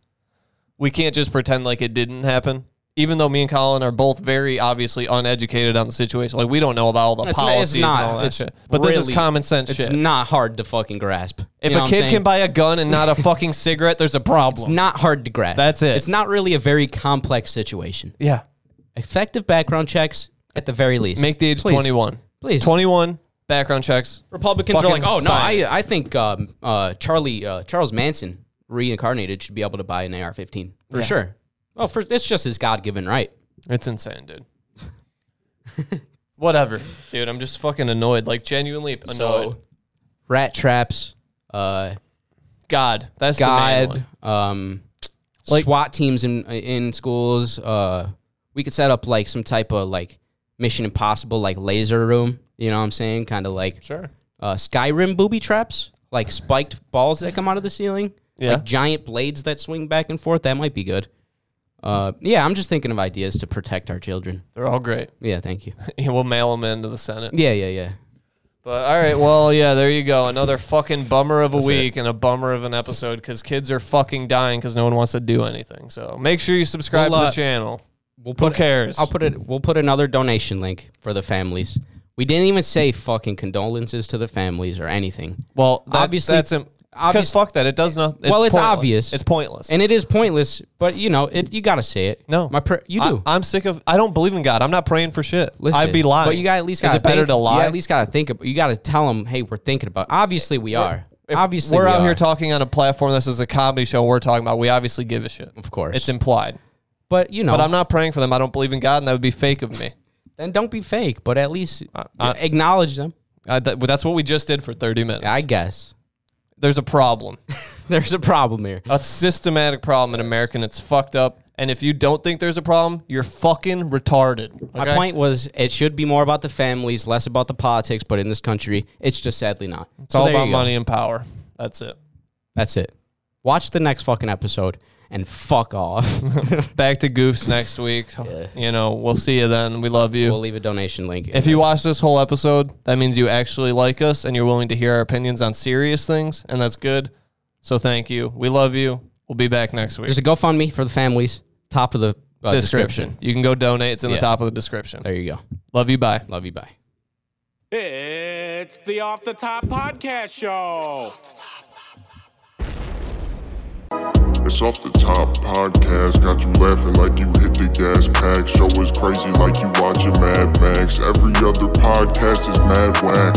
Speaker 2: we can't just pretend like it didn't happen. Even though me and Colin are both very obviously uneducated on the situation, like we don't know about all the
Speaker 1: It's not- it's
Speaker 2: policies
Speaker 1: not.
Speaker 2: and all that
Speaker 1: It's
Speaker 2: shit. But this is
Speaker 1: really-
Speaker 2: common sense
Speaker 1: It's
Speaker 2: shit.
Speaker 1: not hard to fucking grasp. You
Speaker 2: if
Speaker 1: know
Speaker 2: a
Speaker 1: what I'm
Speaker 2: kid
Speaker 1: saying?
Speaker 2: can buy a gun and not a fucking cigarette, there's a problem.
Speaker 1: not hard to grasp.
Speaker 2: That's it.
Speaker 1: It's not really a very complex situation.
Speaker 2: yeah.
Speaker 1: Effective background checks at the very least.
Speaker 2: Make the age
Speaker 1: Please.
Speaker 2: 21.
Speaker 1: Please.
Speaker 2: 21 background checks.
Speaker 1: Republicans are
Speaker 2: Fucking
Speaker 1: like, oh no,
Speaker 2: sign it."
Speaker 1: I I think um, uh, Charlie uh, Charles Manson reincarnated should be able to buy an AR-15 for sure. Well, for it's just his God-given right.
Speaker 2: It's insane, dude. Whatever. Dude, I'm just fucking annoyed. Like, genuinely annoyed.
Speaker 1: So, rat traps, uh,
Speaker 2: God. That's the main
Speaker 1: God,
Speaker 2: one.
Speaker 1: um,
Speaker 2: Like-
Speaker 1: SWAT teams in in schools. Uh, we could set up like some type of like Mission Impossible like laser room. You know what I'm saying? Kind of like
Speaker 2: Sure.
Speaker 1: uh, Skyrim booby traps, like spiked balls that come out of the ceiling,
Speaker 2: Yeah.
Speaker 1: like giant blades that swing back and forth. That might be good. Uh, yeah, I'm just thinking of ideas to protect our children.
Speaker 2: They're all great.
Speaker 1: Yeah, thank you.
Speaker 2: we'll mail them into the Senate.
Speaker 1: Yeah, yeah, yeah.
Speaker 2: But, all right. Well, yeah, there you go. Another fucking bummer of a week and a bummer of an episode because kids are fucking dying because no one wants to do anything. So make sure you subscribe
Speaker 1: Well,
Speaker 2: to the
Speaker 1: uh,
Speaker 2: channel.
Speaker 1: We'll put
Speaker 2: Who cares?
Speaker 1: I'll put it. We'll put another donation link for the families. We didn't even say fucking condolences to the families or anything.
Speaker 2: well,
Speaker 1: obviously-
Speaker 2: that's because
Speaker 1: obvious-
Speaker 2: fuck that. It does not.
Speaker 1: well, it's
Speaker 2: pointless.
Speaker 1: obvious.
Speaker 2: It's pointless.
Speaker 1: and it is pointless, but you know, it you gotta say it.
Speaker 2: No,
Speaker 1: my pr- you do.
Speaker 2: I, am sick of. I don't believe in God. I'm not praying for shit.
Speaker 1: Listen,
Speaker 2: I'd be lying.
Speaker 1: But you got at least
Speaker 2: Is
Speaker 1: got
Speaker 2: it better to lie?
Speaker 1: at least got to think about. You got to tell them, hey, we're thinking about. Obviously, we are.
Speaker 2: If
Speaker 1: obviously,
Speaker 2: we're
Speaker 1: we
Speaker 2: out
Speaker 1: are.
Speaker 2: here talking on a platform. This is a comedy show. We're talking about. We obviously give a shit.
Speaker 1: Of course.
Speaker 2: it's implied.
Speaker 1: But you know,
Speaker 2: But I'm not praying for them. I don't believe in God, and that would be fake of me.
Speaker 1: then don't be fake. But at least
Speaker 2: I-
Speaker 1: acknowledge them.
Speaker 2: I, that, well, that's what we just did for 30 minutes.
Speaker 1: I guess
Speaker 2: There's a problem,
Speaker 1: there's a problem here.
Speaker 2: a systematic problem in America, and it's fucked up. And if you don't think there's a problem, you're fucking retarded.
Speaker 1: My
Speaker 2: okay?
Speaker 1: point was, it should be more about the families, less about the politics. But in this country, it's just sadly not.
Speaker 2: It's all about money and power. That's it.
Speaker 1: That's it. Watch the next fucking episode and fuck off.
Speaker 2: Back to goofs next week. You know, we'll see you then. We love you.
Speaker 1: we'll leave a donation link.
Speaker 2: If you watch this whole episode, that means you actually like us and you're willing to hear our opinions on serious things, and that's good. So thank you. We love you. We'll be back next week.
Speaker 1: there's a GoFundMe for the families. Top of the uh,
Speaker 2: description.
Speaker 1: description.
Speaker 2: You can go donate. It's in the
Speaker 1: Yeah.
Speaker 2: top of the description.
Speaker 1: There you go.
Speaker 2: Love you. Bye.
Speaker 1: Love you. Bye.
Speaker 3: It's the Off the Top Podcast Show.
Speaker 10: It's off the top podcast, got you laughing like you hit the gas pack. Show is crazy like you watching Mad Max. Every other podcast is mad whack.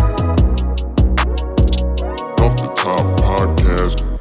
Speaker 10: Off the top podcast.